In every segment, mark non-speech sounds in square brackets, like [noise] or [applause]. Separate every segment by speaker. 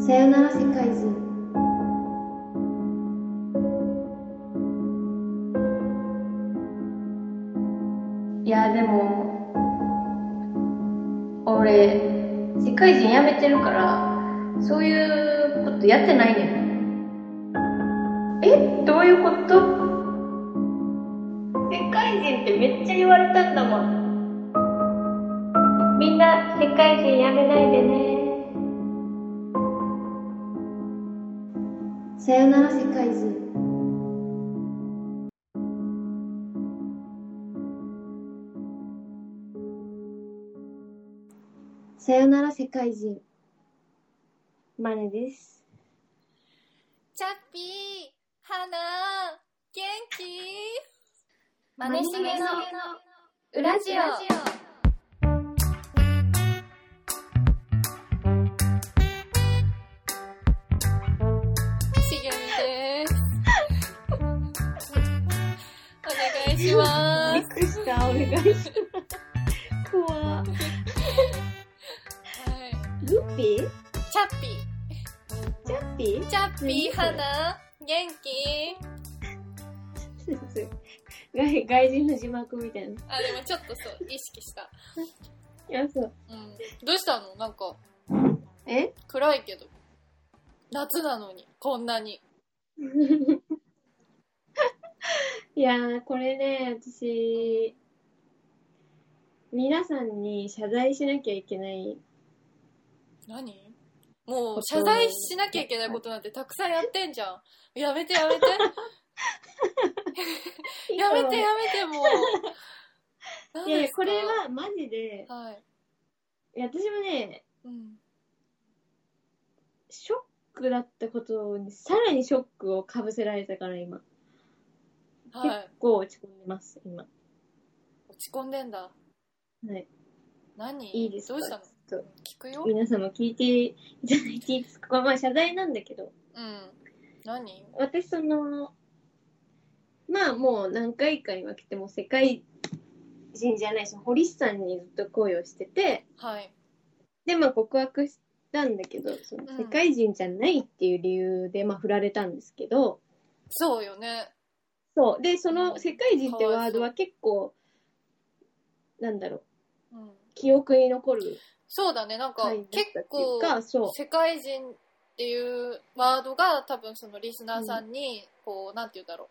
Speaker 1: さよなら世界図
Speaker 2: いやでも俺世界人やめてるからそういうことやってないねんえどういうこと世界人ってめっちゃ言われたんだもんみんな世界人やめないでね
Speaker 1: さよなら世界図さよなら世界中マネです
Speaker 3: チャッピー、花、元気
Speaker 2: マネしげのウ
Speaker 3: ラジオ。しげみです。お願いしま
Speaker 1: くりしたお願いします怖
Speaker 3: す。はい
Speaker 1: グッピー
Speaker 3: チャッピー、
Speaker 1: チャッピ
Speaker 3: チャッピー、花、元気
Speaker 1: ー [laughs] 外外人の字幕みたいな
Speaker 3: あ、でもちょっとそう、意識した。
Speaker 1: いやそう
Speaker 3: うん。どうしたのなんか、
Speaker 1: え
Speaker 3: 暗いけど。夏なのに、こんなに。
Speaker 1: いやーこれね私皆さんに謝罪しなきゃいけない
Speaker 3: 何もう謝罪しなきゃいけないことなんてたくさんやってんじゃん。やめてやめて。やめてやめてもう。何
Speaker 1: いやい
Speaker 3: で
Speaker 1: や
Speaker 3: すか
Speaker 1: これ。はマジで
Speaker 3: はい。
Speaker 1: いや私もね
Speaker 3: うん。
Speaker 1: ショックだったことにさらにショックをかぶせられたから今
Speaker 3: はい。
Speaker 1: こう落ち込んでます今
Speaker 3: 落ち込んでん
Speaker 1: は
Speaker 3: だ。
Speaker 1: い
Speaker 3: 何
Speaker 1: いいですか
Speaker 3: どうしたの
Speaker 1: ちょっ
Speaker 3: 聞く
Speaker 1: と
Speaker 3: よ。
Speaker 1: 皆さんも聞いていただいていいですかまあ謝罪なんだけど
Speaker 3: うん。何
Speaker 1: 私そのまあもう何回かに分けても世界人じゃないし堀市さんにずっと恋をしてて
Speaker 3: はい。
Speaker 1: でまあ告白したんだけどその
Speaker 3: うん
Speaker 1: 世界人じゃないっていう理由でまあ振られたんですけど、
Speaker 3: そうよね。
Speaker 1: そうでその世界人ってワードは結構なんだろう
Speaker 3: うん。
Speaker 1: 記憶に残る
Speaker 3: そうだね。なんか
Speaker 1: 回だっ、
Speaker 3: 結
Speaker 1: たっていう
Speaker 3: 構、
Speaker 1: かそう
Speaker 3: 世界人っていうワードが多分そのリスナーさんにこう、なんて言うんだろう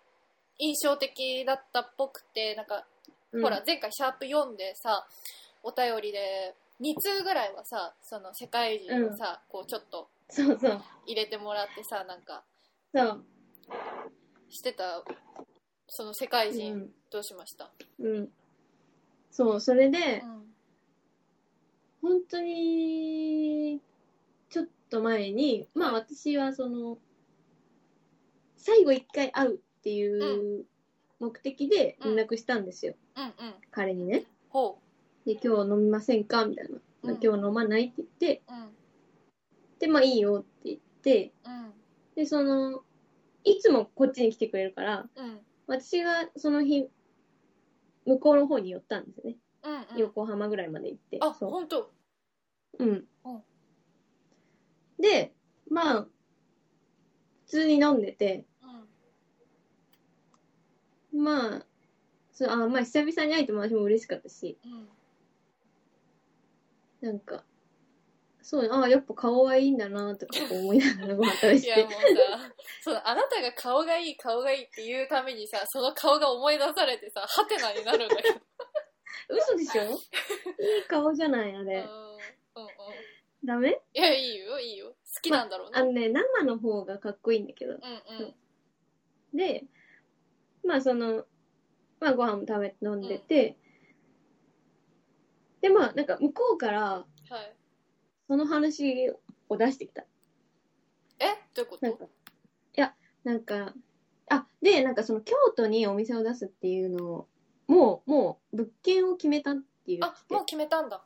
Speaker 3: 印象的だったっぽくてなんか、
Speaker 1: うん
Speaker 3: ほら前回シャープ4でさお便りで2通ぐらいはさその世界人をさ、こうちょっと
Speaker 1: そうそう
Speaker 3: 入れてもらってさなんか
Speaker 1: そう
Speaker 3: してたその世界
Speaker 1: う
Speaker 3: 人、
Speaker 1: ん、
Speaker 3: どうしました、
Speaker 1: うん、そうそれで、
Speaker 3: うん
Speaker 1: 本当にちょっと前にまあ私はその最後一回会うっていう目的で連絡したんですよ、
Speaker 3: うんうん
Speaker 1: 彼にね
Speaker 3: ほ
Speaker 1: で今日飲みませんかみたいな、
Speaker 3: う、うん、
Speaker 1: 今日飲まないって言って
Speaker 3: うん
Speaker 1: でまあいいよって言って
Speaker 3: うん
Speaker 1: でそのいつもこっちに来てくれるから
Speaker 3: うん
Speaker 1: 私がその日向こうの方に寄ったんですよね、
Speaker 3: うんうん
Speaker 1: 横浜ぐらいまで行って
Speaker 3: あ
Speaker 1: そう
Speaker 3: 本当
Speaker 1: うん
Speaker 3: うん。
Speaker 1: で、まあ、普通に飲んでて、
Speaker 3: うん
Speaker 1: まあ、そうあまあ、久々に会えても私も嬉しかったし、
Speaker 3: うん
Speaker 1: なんか、そう、ああ、やっぱ顔はいいんだなとかこう思いながらご飯食べ
Speaker 3: いやも
Speaker 1: て
Speaker 3: うさ、そのあなたが顔がいい顔がいいって言うためにさ、その顔が思い出されてさ、ハテナになるんだ
Speaker 1: [laughs]
Speaker 3: けど。
Speaker 1: 嘘で
Speaker 3: [laughs]
Speaker 1: しょいい顔じゃない、あ
Speaker 3: うん
Speaker 1: れ。
Speaker 3: うんうん。
Speaker 1: ダメ
Speaker 3: いや、いいよ、いいよ。好きなんだろう
Speaker 1: あ
Speaker 3: ね。
Speaker 1: のね、生の方がかっこいいんだけど。
Speaker 3: うんうん。
Speaker 1: で、まあ、その、まあ、ご飯も食べて飲んでて、で、まあ、なんか、向こうから、
Speaker 3: はい。
Speaker 1: その話を出してきた。
Speaker 3: えどういうこ
Speaker 1: なん
Speaker 3: と
Speaker 1: か、いや、なんか、あ、で、なんかその京都にお店を出すっていうのを、もう、もう、物件を決めたっていう。
Speaker 3: あ、もう決めたんだ。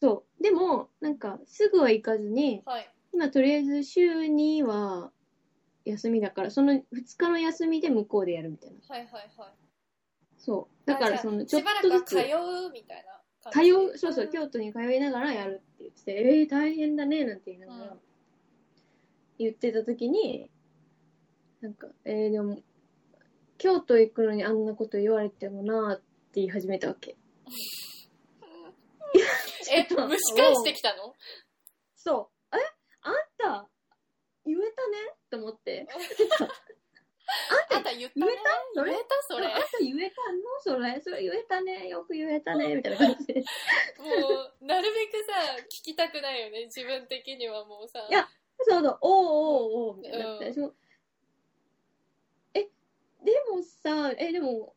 Speaker 1: そう。でも、なんか、すぐは行かずに、
Speaker 3: はい。
Speaker 1: 今とりあえず週には休みだから、その2日の休みで向こうでやるみたいな。
Speaker 3: はいはいはい。
Speaker 1: そう。だから、その、ちょっ
Speaker 3: しばら
Speaker 1: と
Speaker 3: くは
Speaker 1: ず
Speaker 3: 通
Speaker 1: つ、
Speaker 3: うみたいな
Speaker 1: 通
Speaker 3: 感じ。
Speaker 1: う、そうそう、
Speaker 3: 日。
Speaker 1: 京都に通いながらやるって言ってて、えー、大変だね、なんて言いながら。
Speaker 3: うん
Speaker 1: 言ってた時に、なんか、えー、でも、京都行くのにあんなこと言われてもなーって言い始めたわけ。 [laughs]
Speaker 3: え、蒸し返してきたの
Speaker 1: そう。えあんた、言えたねと思 [laughs] って。
Speaker 3: あんた言ったね
Speaker 1: 言えたそれ
Speaker 3: 言えたそれ
Speaker 1: あんた言えたのそれ。それ言えたね。よく言えたね。みたいな感じで。
Speaker 3: もう、なるべくさ、聞きたくないよね。自分的にはもうさ。
Speaker 1: いやそうそう、おうおうおうみたいになって、
Speaker 3: うん
Speaker 1: 私もえ、でもさ、え、でも、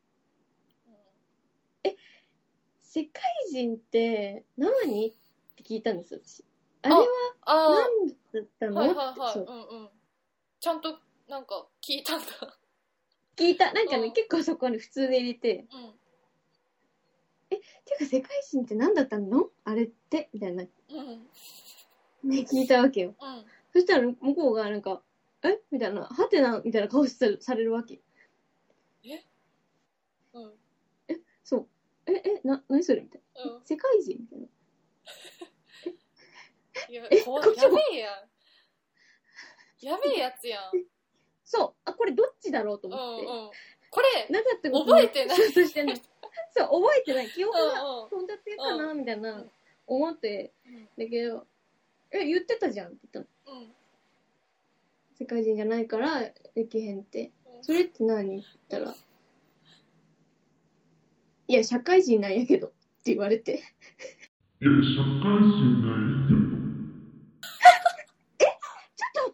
Speaker 1: 世界人って生にって聞いたんですよ、私。あれは
Speaker 3: あー
Speaker 1: 何だったの
Speaker 3: はいはいはい。
Speaker 1: そううん
Speaker 3: うん。ちゃんと、なんか、聞いたんだ。
Speaker 1: 聞いた。なんかね、
Speaker 3: うん
Speaker 1: 結構そこに普通で入れて、
Speaker 3: うん。
Speaker 1: ていうか世界人って何だったのあれってみたいな、ね、
Speaker 3: うん。
Speaker 1: 聞いたわけよ。
Speaker 3: うん。
Speaker 1: そしたら向こうがなんか、えみたいな、はてなみたいな顔さされるわけ。
Speaker 3: うん。うん。
Speaker 1: そう。え、え、な、何それみたいな。世界人みたいな。
Speaker 3: いや、
Speaker 1: え
Speaker 3: こ
Speaker 1: こっち
Speaker 3: や
Speaker 1: も
Speaker 3: べえやん。やべえやつやん。
Speaker 1: そう。あ、これどっちだろうと
Speaker 3: うん
Speaker 1: 思って。
Speaker 3: うん。これ、
Speaker 1: なかったこと
Speaker 3: 覚えてない。
Speaker 1: そうそうしてない。そう、覚えてない。記憶が
Speaker 3: う
Speaker 1: 飛んじゃってるかな、みたいな
Speaker 3: うん、
Speaker 1: 思って、
Speaker 3: んうん。
Speaker 1: だけど、え、言ってたじゃんって言ったの。
Speaker 3: うん。
Speaker 1: 世界人じゃないから、できへんって。
Speaker 3: うん
Speaker 1: それって何って言ったら、いや、社会人なんやけど、って言われて。
Speaker 4: いや、社会人ないけど。
Speaker 1: ちょっと待って。え、ちょっと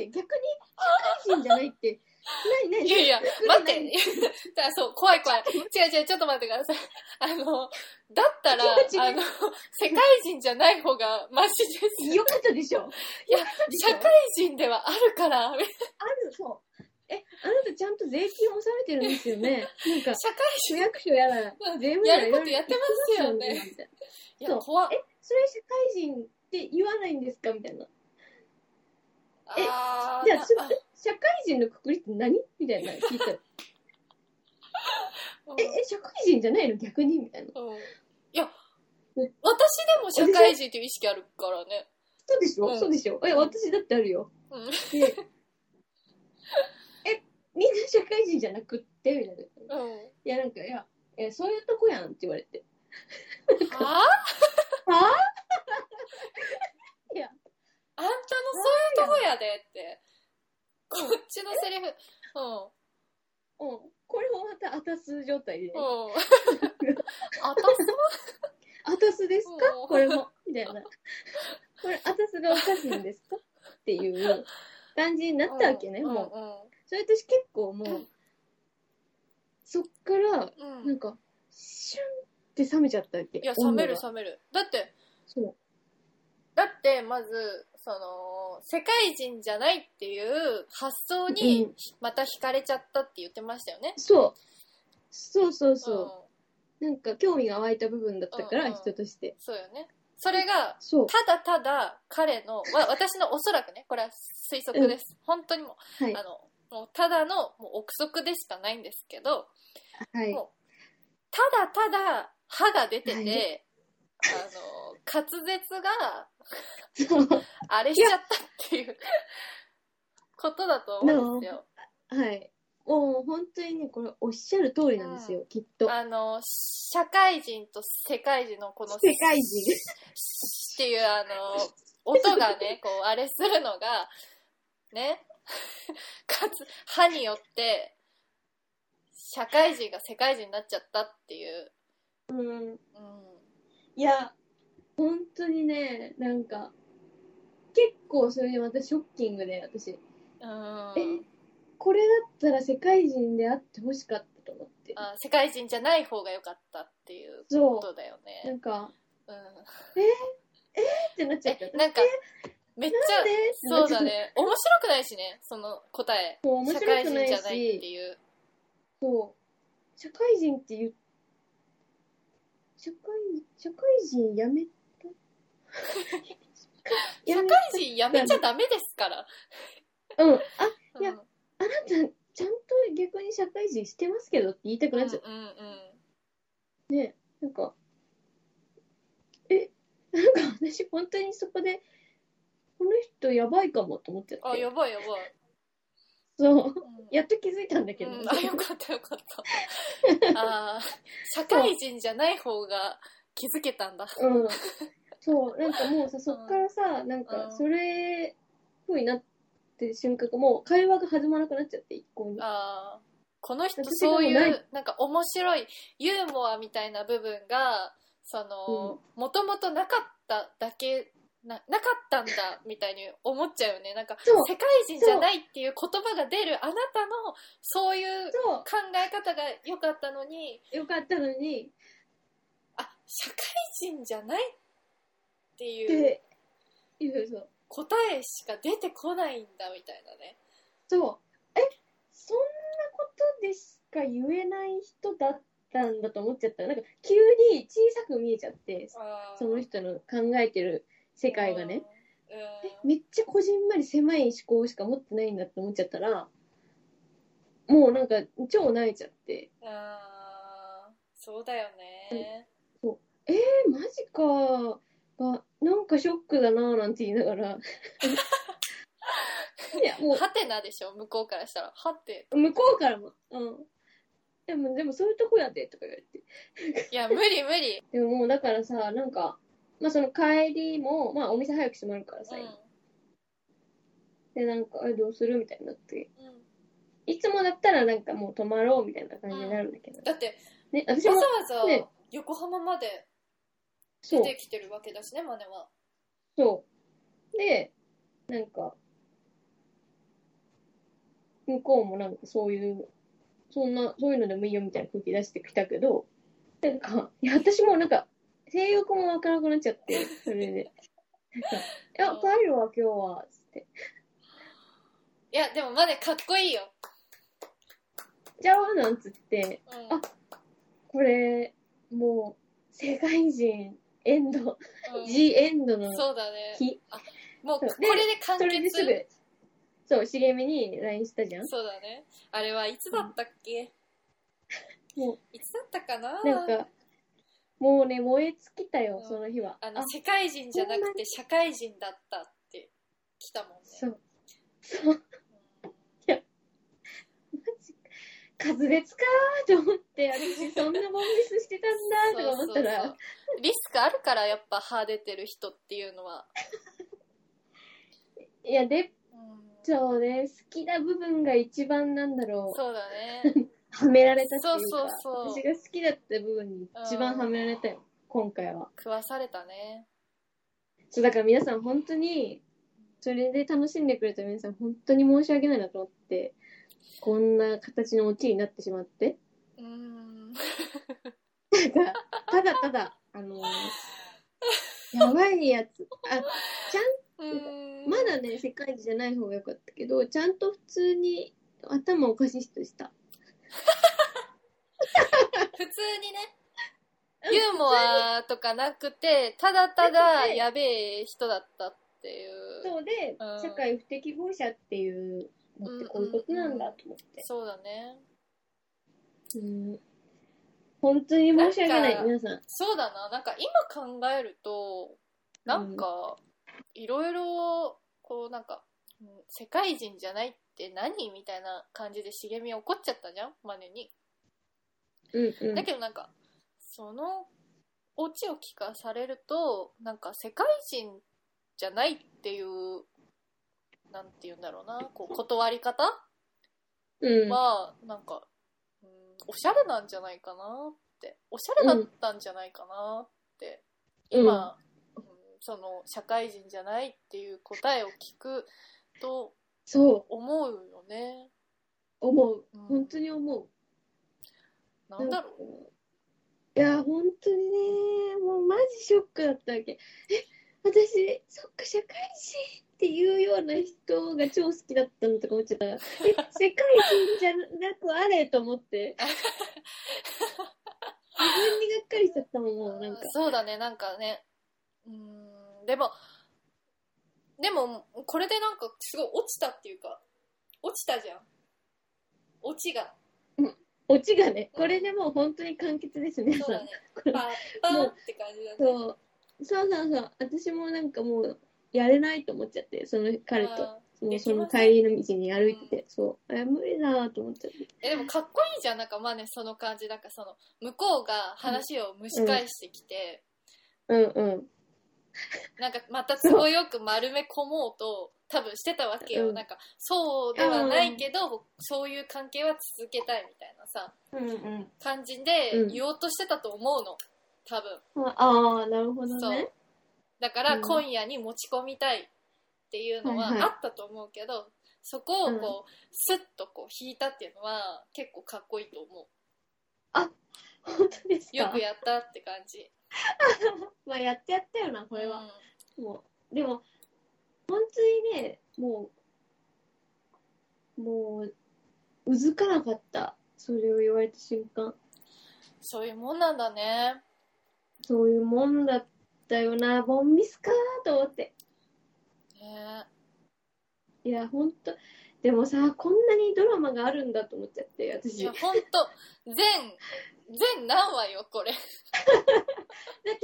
Speaker 1: 待って。逆に、社会人じゃないって、何何
Speaker 3: いやいや、待って。 [laughs] だからそう、怖い怖い。違う違う、ちょっと待ってください。あの、だったら、
Speaker 1: 違う違
Speaker 3: あの、世界人じゃない方がマシです。
Speaker 1: よかったでしょ
Speaker 3: いや
Speaker 1: よかったでしょ
Speaker 3: 社会人ではあるから、
Speaker 1: ある、そう。え、あなたちゃんと税金を納めてるんですよ
Speaker 3: [laughs]
Speaker 1: ね。なんか、
Speaker 3: 社会
Speaker 1: 市
Speaker 3: 人、
Speaker 1: 役所やら、税務署
Speaker 3: やることやってます
Speaker 1: いろいろ言
Speaker 3: よね。
Speaker 1: ってますよみたいない
Speaker 3: や、怖っ
Speaker 1: え、それ社会人って言わないんですかみたいな。え
Speaker 3: あー
Speaker 1: じゃあ、
Speaker 3: な
Speaker 1: そ社会人のくくりって何みたいな
Speaker 3: [laughs]
Speaker 1: 聞いたら。
Speaker 3: あ
Speaker 1: え、え、社会人じゃないの逆にみたいな。
Speaker 3: うんうんいや、
Speaker 1: う
Speaker 3: 私でも社会人っていう意識あるからね。
Speaker 1: そうでしょ、
Speaker 3: うん
Speaker 1: そうでしょえ、私だってあるよ。
Speaker 3: うん
Speaker 1: でえ、みんな社会人じゃなくってみたいな。い
Speaker 3: うん。
Speaker 1: や、なんか、いや、えそういうとこやんって言われ
Speaker 3: [laughs]
Speaker 1: て。
Speaker 3: はぁ
Speaker 1: は
Speaker 3: ぁ
Speaker 1: いや
Speaker 3: あんたのそういうとこやでって。こっちのセリフ。う
Speaker 1: うん。これもまた、あたす状態で。
Speaker 3: ん。うん。
Speaker 1: [laughs]
Speaker 3: あたす
Speaker 1: アタスですか
Speaker 3: うん
Speaker 1: これも。みたいな。これ、アタスがおかしいんですかっていう感じになったわけね、
Speaker 3: うん
Speaker 1: もう。それ私結構もう、そっから、
Speaker 3: うんうん。
Speaker 1: なんか、シュンって冷めちゃったわけ。
Speaker 3: いや、冷める
Speaker 1: 温度が
Speaker 3: 冷める。だって、
Speaker 1: そう。
Speaker 3: だって、まず、その、世界人じゃないっていう発想
Speaker 1: う
Speaker 3: に
Speaker 1: ん、
Speaker 3: また惹かれちゃったって言ってましたよね。
Speaker 1: そう。そうそうそう。なんか、興味が湧いた部分だったか
Speaker 3: うん
Speaker 1: ら、
Speaker 3: うん
Speaker 1: 人として
Speaker 3: ん。。そうよね。それが、
Speaker 1: そう。
Speaker 3: ただただ彼の、わ私のおそらくね、これは推測です。本当にもう、
Speaker 1: はい
Speaker 3: あ。の、もうただのもう憶測でしかないんですけど、
Speaker 1: はい。
Speaker 3: もう、ただただ歯が出て
Speaker 1: は
Speaker 3: て、あの、滑舌が
Speaker 1: そう。 [laughs]
Speaker 3: あれしちゃったっていうことだと思うんですよ。
Speaker 1: はい。もう、本当にね、これ、おっしゃる通りなんですよ、きっと。
Speaker 3: あの、社会人と世界人のこの、
Speaker 1: 世界人。
Speaker 3: っていうあの音
Speaker 1: [laughs]
Speaker 3: がねこうあれするのがね [laughs] かつ歯によって社会人が世界人になっちゃったっていう、
Speaker 1: うん。
Speaker 3: うん、
Speaker 1: いや、本当にね、なんか、結構それでまたショッキングで、私。
Speaker 3: うん
Speaker 1: え、これだったら世界人であってほしかったと思って。
Speaker 3: あ世界人じゃない方が良かったっていう
Speaker 1: そ
Speaker 3: ことだよ
Speaker 1: う。な
Speaker 3: ね、
Speaker 1: んか、
Speaker 3: うん、
Speaker 1: ってなっちゃった。
Speaker 3: えなんかめっちゃ
Speaker 1: なんで
Speaker 3: そうだ
Speaker 1: なんか
Speaker 3: ね面白くないしねその答え
Speaker 1: ちょっと面
Speaker 3: 社
Speaker 1: 白
Speaker 3: 会
Speaker 1: く
Speaker 3: 人
Speaker 1: な
Speaker 3: じ
Speaker 1: い
Speaker 3: ゃないって
Speaker 1: し、
Speaker 3: いう
Speaker 1: そう。社会人って言う、社会、社会人やめ
Speaker 3: [laughs]
Speaker 1: た
Speaker 3: 社会人やめちゃダメですから、
Speaker 1: 人うん。あ、いや
Speaker 3: うん
Speaker 1: あなた、ちゃんと逆に社会人してますけどって言いたく
Speaker 3: うんう
Speaker 1: なんっちゃった
Speaker 3: うん
Speaker 1: なんか、え、なんか私本当にそこで、この人やばいかもと思っちゃっ
Speaker 3: あ、
Speaker 1: て
Speaker 3: や。ばいやばい。
Speaker 1: そう。
Speaker 3: うん
Speaker 1: やっと気づいたんだけど。
Speaker 3: うん、あ、よかったよかった。
Speaker 1: [laughs]
Speaker 3: ああ、社会人じゃない方が気づけたんだ。
Speaker 1: うん。そう、なんかもうさ、そっからさ、なん
Speaker 3: う
Speaker 1: か、
Speaker 3: ん
Speaker 1: それ、ふうになってる瞬間が、もう会話が始まらなくなっちゃって、一向に。
Speaker 3: ああ、この人
Speaker 1: 私でも
Speaker 3: そうい
Speaker 1: な
Speaker 3: う
Speaker 1: い、
Speaker 3: なんか面白い、ユーモアみたいな部分が、その、もともとなかっただけ、ななかったんだみたいに思っちゃうよね。なんか、
Speaker 1: そう
Speaker 3: 世界人じゃないっていう言葉が出るあなたの、そういう
Speaker 1: そ
Speaker 3: 考え方が良かったのに、
Speaker 1: う、よかったのに、
Speaker 3: あ、社会人じゃないって
Speaker 1: っ
Speaker 3: いう
Speaker 1: て、いう、そう。
Speaker 3: 答えしか出てこないんだみたいなね。
Speaker 1: そう。え、そんなことでしか言えない人だったんだと思っちゃった。なんか、急に小さく見えちゃって、
Speaker 3: あー
Speaker 1: その人の考えてる世界がね。。
Speaker 3: うん
Speaker 1: えめっちゃこじんまり狭い思考しか持ってないんだって思っちゃったらもうなんか超慣れちゃって
Speaker 3: うん。あーそうだよね。
Speaker 1: えマジかがなんかショックだなぁなんて言いながらいやも
Speaker 3: ハテナでしょ、向こうからしたら。はて。
Speaker 1: う向こうからもうんでもでもそういうとこやでとか言われて
Speaker 3: いや、無理無理。
Speaker 1: でももうだからさなんかまあその帰りもまあお店早く閉まるからさ、でなんかあどうするみたいになって
Speaker 3: うんうん
Speaker 1: いつもだったらなんかもう泊まろうみたいな感じになるんだけど、
Speaker 3: だって、
Speaker 1: ね私
Speaker 3: わ
Speaker 1: も
Speaker 3: ざわざ
Speaker 1: ね
Speaker 3: 横浜まで
Speaker 1: そ
Speaker 3: 出
Speaker 1: う
Speaker 3: てきてるわけだしね、マネは。
Speaker 1: そう。で、なんか、向こうもなんかそういう、そんな、そういうのでもいいよみたいな空気出してきたけど、なんか、いや、私もなんか、性欲もわからなくなっちゃって、それで。なん
Speaker 3: [laughs]
Speaker 1: かいや、帰るわ、今日は、つって。
Speaker 3: いや、でもマネかっこいいよ。
Speaker 1: じゃあ、なんつって、
Speaker 3: うん。
Speaker 1: あこれ、もう、世界人、エンド、
Speaker 3: うん
Speaker 1: G エンドの
Speaker 3: そうだね。
Speaker 1: 日、
Speaker 3: もう、こ
Speaker 1: そうで
Speaker 3: れで完
Speaker 1: それで
Speaker 3: 結。
Speaker 1: すぐ、そう、茂みに LINE したじゃん。
Speaker 3: [laughs] そうだね。あれはいつだったっけ、
Speaker 1: もう
Speaker 3: いつだったかな
Speaker 1: なんか、もうね、燃え尽きたよ
Speaker 3: う、ん
Speaker 1: その日は。
Speaker 3: あの、世界人じゃなくて社会人だったって来たもんね。
Speaker 1: そう。そう、滑舌かーと思って、私、
Speaker 3: [laughs]
Speaker 1: そんなボンミスしてたんだーとか思ったら、
Speaker 3: そうそうそうリスクあるからやっぱ歯出てる人っていうのは。
Speaker 1: いや、で、
Speaker 3: うん
Speaker 1: そうね、好きな部分が一番なんだろう、
Speaker 3: そうだ
Speaker 1: [laughs]
Speaker 3: ね。
Speaker 1: はめられたっていうか、
Speaker 3: そうそうそう
Speaker 1: 私が好きだった部分に一番はめられたよ、今回は。
Speaker 3: 食わされたね。
Speaker 1: そう、だから皆さん、本当に、それで楽しんでくれた皆さん、本当に申し訳ないなと思って、こんな形のオチになってしまって。
Speaker 3: うん。
Speaker 1: なんかただただ、あのやばいやつ。あ、
Speaker 3: うん
Speaker 1: まだね、世界一じゃない方が良かったけど、ちゃんと普通に頭おかしい人でした。
Speaker 3: 普通にね、ユーモアとかなくて、ただただやべえ人だったっていう。
Speaker 1: そうで
Speaker 3: うん、
Speaker 1: 社会不適合者っていうのってこういうことなんだと思って。
Speaker 3: そうだね。
Speaker 1: うん本当に申し訳ない
Speaker 3: なん、か
Speaker 1: 皆さん。
Speaker 3: そうだな、なんか今考えると、なんか、いろいろ、こうなんか、うん世界人じゃないって何みたいな感じで茂み怒っちゃったじゃん、マネに。
Speaker 1: うんうん。
Speaker 3: だけどなんか、そのオチを聞かされると、なんか世界人じゃないっていう、なんて言うんだろうな、こう断り方
Speaker 1: うん、
Speaker 3: は、なんか、うん、おしゃれなんじゃないかなって、おしゃれだったんじゃないかなって、
Speaker 1: うん
Speaker 3: 今、うんその、社会人じゃないっていう答えを聞くと
Speaker 1: そう、
Speaker 3: 思うよね。
Speaker 1: 思う。
Speaker 3: うん
Speaker 1: 本当に思う。
Speaker 3: なんだろう。
Speaker 1: ういや本当にねもうマジショックだったわけえ私そっか社会人っていうような人が超好きだったのとか思っちゃ
Speaker 3: [laughs]
Speaker 1: ったらえ世界人じゃなくあれと思って自分にがっかりしちゃったもんもうなんか
Speaker 3: そうだね、なんかね。うーん、でも、でも、これでなんか、すごい落ちたっていうか、落ちたじゃん。落ち
Speaker 1: [laughs]
Speaker 3: が。
Speaker 1: オチがねこれでもう本当に完結ですね
Speaker 3: そうだね。
Speaker 1: これ
Speaker 3: パッパーって感じだ
Speaker 1: そ
Speaker 3: ね。
Speaker 1: うそうそうそう私もなんかもうやれないと思っちゃって、その彼と、
Speaker 3: あ
Speaker 1: その
Speaker 3: でき
Speaker 1: そ
Speaker 3: ま
Speaker 1: の
Speaker 3: せん
Speaker 1: 帰りの道に歩いてて、そう、あ無理だと思っちゃって。
Speaker 3: ーえでもかっこいいじゃんなんかまあねその感じなんかその向こうが話を蒸し返してきて、
Speaker 1: うんうん。
Speaker 3: なんかまた都合よく丸め込もうと多分してたわけよ、
Speaker 1: うん
Speaker 3: なんかそうではないけど、そういう関係は続けたいみたいなさ
Speaker 2: うんうん。
Speaker 3: 感じで
Speaker 1: うん
Speaker 3: 言おうとしてたと思うの多分
Speaker 1: ああー、なるほど
Speaker 3: そう
Speaker 1: ね。
Speaker 3: だから
Speaker 1: うん
Speaker 3: 今夜に持ち込みたいっていうのは
Speaker 1: はいはい
Speaker 3: あったと思うけど、そこをこう、スッとこう引いたっていうのは結構かっこいいと思う
Speaker 1: 本当ですか
Speaker 3: よくやったって感じ
Speaker 1: まあやってやったよな、こ
Speaker 3: こ
Speaker 1: れは。もう、でも、本当にね、もう、もう、うずかなかった。それを言われた瞬間。
Speaker 3: そういうもんなんだね
Speaker 1: そういうもんだったよな、ボンミスかと思って。
Speaker 3: ね
Speaker 1: いや、ほんと、でもさ、こんなにドラマがあるんだと思っちゃって、
Speaker 3: い
Speaker 1: 私。だ
Speaker 3: や
Speaker 1: っ
Speaker 3: ほんと全全何話よこれ、
Speaker 1: て、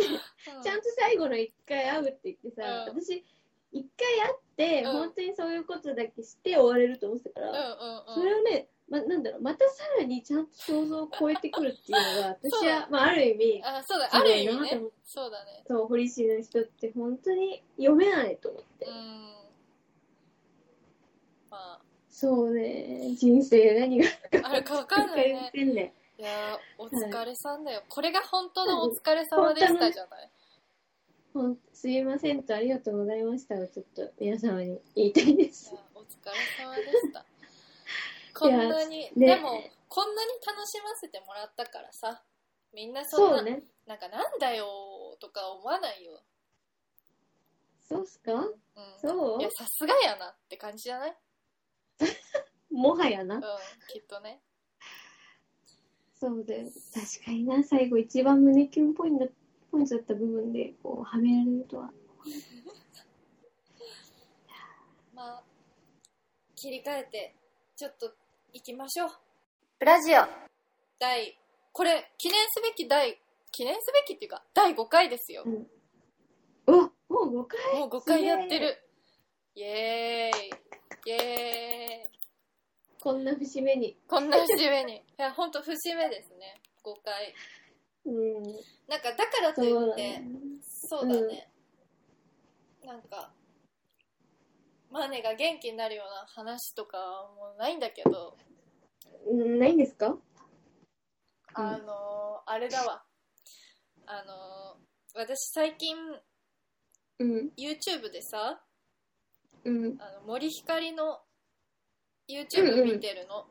Speaker 3: う
Speaker 1: ちゃんと最後の一回会うって言ってさ、
Speaker 3: うん
Speaker 1: 私、一回会って、
Speaker 3: うん
Speaker 1: 本当にそういうことだけして終われると思ってたか
Speaker 3: う
Speaker 1: ら、
Speaker 3: ん
Speaker 1: そ
Speaker 3: うんうん
Speaker 1: れをね、ま、なんだろう、またさらにちゃんと想像を超えてくるっていうのが、
Speaker 3: [laughs] そう
Speaker 1: 私は、まあ、ある意味、
Speaker 3: あそうだ
Speaker 1: す
Speaker 3: あ
Speaker 1: ご
Speaker 3: る
Speaker 1: い
Speaker 3: 意
Speaker 1: なと
Speaker 3: 味ね
Speaker 1: 思って
Speaker 3: そうだね
Speaker 1: そう、堀市の人って本当に読めないと思って。
Speaker 3: うんま
Speaker 1: そうね、人生何が
Speaker 3: ああれかわかんないね
Speaker 1: 言ってんねん。
Speaker 3: いやーお疲れさんだよ、これが本当のお疲れ様でしたじゃない
Speaker 1: ほんすいませんとありがとうございましたをちょっと皆様に言いたいで
Speaker 3: い
Speaker 1: す
Speaker 3: や。お疲れ様でした
Speaker 1: [laughs]
Speaker 3: こんなに、
Speaker 1: ね
Speaker 3: でもこんなに楽しませてもらったからさみんなそんな
Speaker 1: そうね。
Speaker 3: なんかなんだよーとか思わないよ、
Speaker 1: そうっすか
Speaker 3: うん、
Speaker 1: そう
Speaker 3: いやさすがやなって感じじゃない
Speaker 1: もはや
Speaker 3: うん
Speaker 1: な。
Speaker 3: きっとね
Speaker 1: そうだよ。確かにな、最後一番胸キュンポイントポイントだった部分で、こう、はめられるとは。
Speaker 3: まあ切り替えてちょっと行きましょうブラジオ第これ記念すべき第記念すべきっていうか第5回ですよ
Speaker 1: うわもう5回
Speaker 3: もう5回やってる。イエーイ。イエーイ。
Speaker 1: こんな節目に。
Speaker 3: こんな節目に。いや、ほんと節目ですね。5回。
Speaker 1: うん。
Speaker 3: なんか、だからとい
Speaker 1: そう
Speaker 3: っ
Speaker 1: だ
Speaker 3: て
Speaker 1: ね、。
Speaker 3: そうだね。なんか、マネが元気になるような話とかもないんだけど、
Speaker 1: うんないんですか
Speaker 3: あのー、あれだわ。あのー、私最近
Speaker 1: うん。
Speaker 3: YouTube でさ、
Speaker 1: うん。
Speaker 3: あの森ひかりの YouTube 見てるの。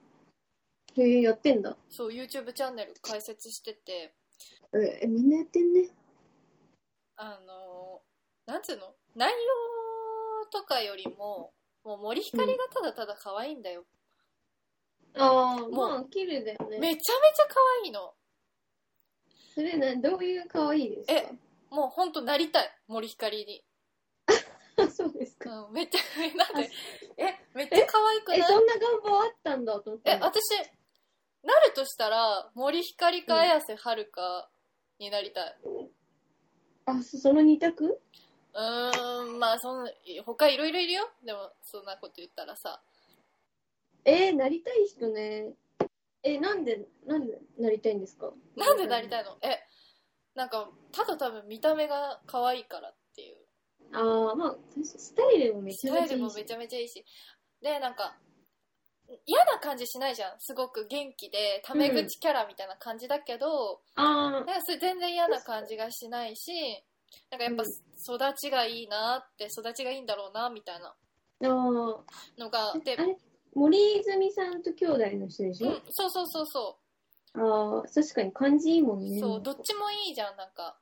Speaker 1: へえ、やってんだ。
Speaker 3: そう、YouTube チャンネル開設してて、
Speaker 1: え、みんなやってんね。
Speaker 3: あのー、なんつうの内容とかよりも、もう森ひかりがただただ可愛いんだよ。
Speaker 1: ああ、
Speaker 3: もう
Speaker 1: まあ、綺麗だよね。
Speaker 3: めちゃめちゃ可愛いの。
Speaker 1: それな、どういう可愛いですか
Speaker 3: もうほんとなりたい、森ひかりに。
Speaker 1: あ、 [laughs] そうですか。
Speaker 3: うん、めっちゃ、 [laughs] なんで、え、めっちゃ可愛くな
Speaker 1: え、
Speaker 3: い
Speaker 1: そんな願望あったんだと思った
Speaker 3: え、
Speaker 1: の
Speaker 3: 私、なるとしたら、森ひかりか綾瀬はるかになりたい。
Speaker 1: あ、そその二択
Speaker 3: うーん、まあ、その、他いろいろいるよ。でも、そんなこと言ったらさ。
Speaker 1: えー、なりたい人ね。え、なんで、なんでなりたいんですか
Speaker 3: なんでなり
Speaker 1: い
Speaker 3: たいのえ、なんか、ただ多分見た目が可愛いからっていう。
Speaker 1: あー、まあ、確かにスタイルもめち
Speaker 3: ス
Speaker 1: ゃめ
Speaker 3: タ
Speaker 1: ちゃ
Speaker 3: イル
Speaker 1: いい
Speaker 3: も
Speaker 1: し
Speaker 3: めちゃめちゃいいし。で、なんか、嫌な感じしないじゃん。すごく元気で、タメ口キャラみたいな感じだけど、
Speaker 1: あ
Speaker 3: なんかそれ全然嫌な感じがしないし、なんかやっぱ
Speaker 1: うん
Speaker 3: 育ちがいいなって、育ちがいいんだろうな、みたいな
Speaker 1: ー、あ
Speaker 3: のが、
Speaker 1: ー。
Speaker 3: で、
Speaker 1: あれ森泉さんと兄弟の人でし
Speaker 3: う
Speaker 1: ょ、
Speaker 3: ん、そうそうそうそ
Speaker 1: ああ、確かに感じいいもん
Speaker 3: う。
Speaker 1: ね。
Speaker 3: そう、どっちもいいじゃん、なんか。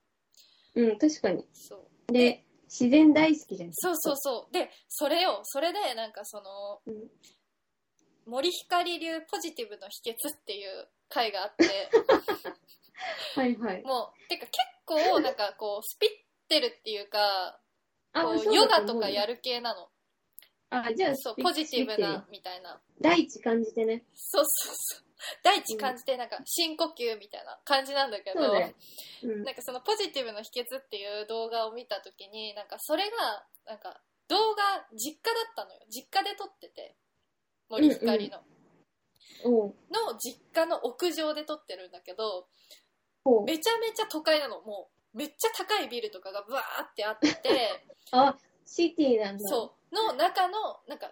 Speaker 1: うん、確かに。
Speaker 3: そう。
Speaker 1: で、自然大好きじ
Speaker 3: [laughs]
Speaker 1: ゃん。
Speaker 3: そうそうそう。で、それを、それで、なんかその、
Speaker 1: うん
Speaker 3: 森光流ポジティブの秘訣っていう回があって、
Speaker 1: [laughs] はいはい。
Speaker 3: もう、てか結構、なんかこう、スピってるっていうか、
Speaker 1: あ
Speaker 3: こうヨガとかや
Speaker 1: る。
Speaker 3: る系なの。
Speaker 1: あ、じゃあ、
Speaker 3: そう、ポジティブ
Speaker 1: 見てるよ
Speaker 3: な、。みたいな。
Speaker 1: 第一感じてね。
Speaker 3: そうそうそう。第一感じて、なんか深呼吸みたいな感じなんだけど、
Speaker 1: そうだよ。うん。
Speaker 3: なんかそのポジティブの秘訣っていう動画を見たときに、なんかそれがなんか動画実家だったのよ実家で撮ってて森ひかりの、
Speaker 1: おう
Speaker 3: の実家の屋上で撮ってるんだけど
Speaker 1: おう
Speaker 3: めちゃめちゃ都会なのもうめっちゃ高いビルとかがブワーってあって
Speaker 1: シティなんだ。
Speaker 3: そうの中のなんか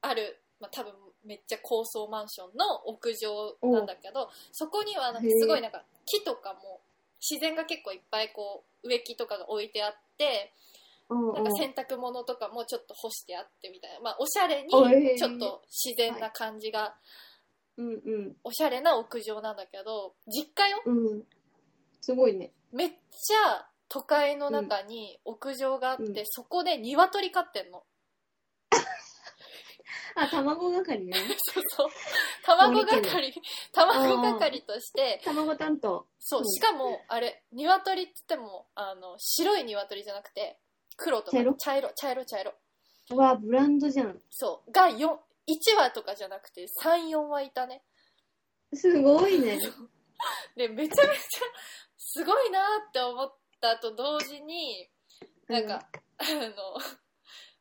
Speaker 3: ある、まあ、多分めっちゃ高層マンションの屋上なんだけどそこにはなんかすごいなんか木とかも自然が結構いっぱいこう植木とかが置いてあって
Speaker 1: うんうん。
Speaker 3: なんか洗濯物とかもちょっと干してあってみたいな、まあ、おしゃれに
Speaker 1: おえー
Speaker 3: ちょっと自然な感じが、
Speaker 1: うんうん。
Speaker 3: おしゃれな屋上なんだけど実家よ
Speaker 1: うん。すごいね。
Speaker 3: めっちゃ都会の中に屋上があって、
Speaker 1: うん
Speaker 3: そこで鶏飼ってんの
Speaker 1: あ、卵係
Speaker 3: [laughs]
Speaker 1: ね。
Speaker 3: そうそう卵
Speaker 1: 森家
Speaker 3: 係卵係として
Speaker 1: 卵担当。
Speaker 3: そう
Speaker 1: うん
Speaker 3: しかもあれ鶏って言ってもあの白い鶏じゃなくて黒とか
Speaker 1: 茶色
Speaker 3: 茶色茶色茶色
Speaker 1: うわ、ブランドじゃん。
Speaker 3: そうが4 1羽とかじゃなくて34羽いたね
Speaker 1: すごいね。
Speaker 3: でめちゃめちゃすごいなって思ったと同時になんか、あの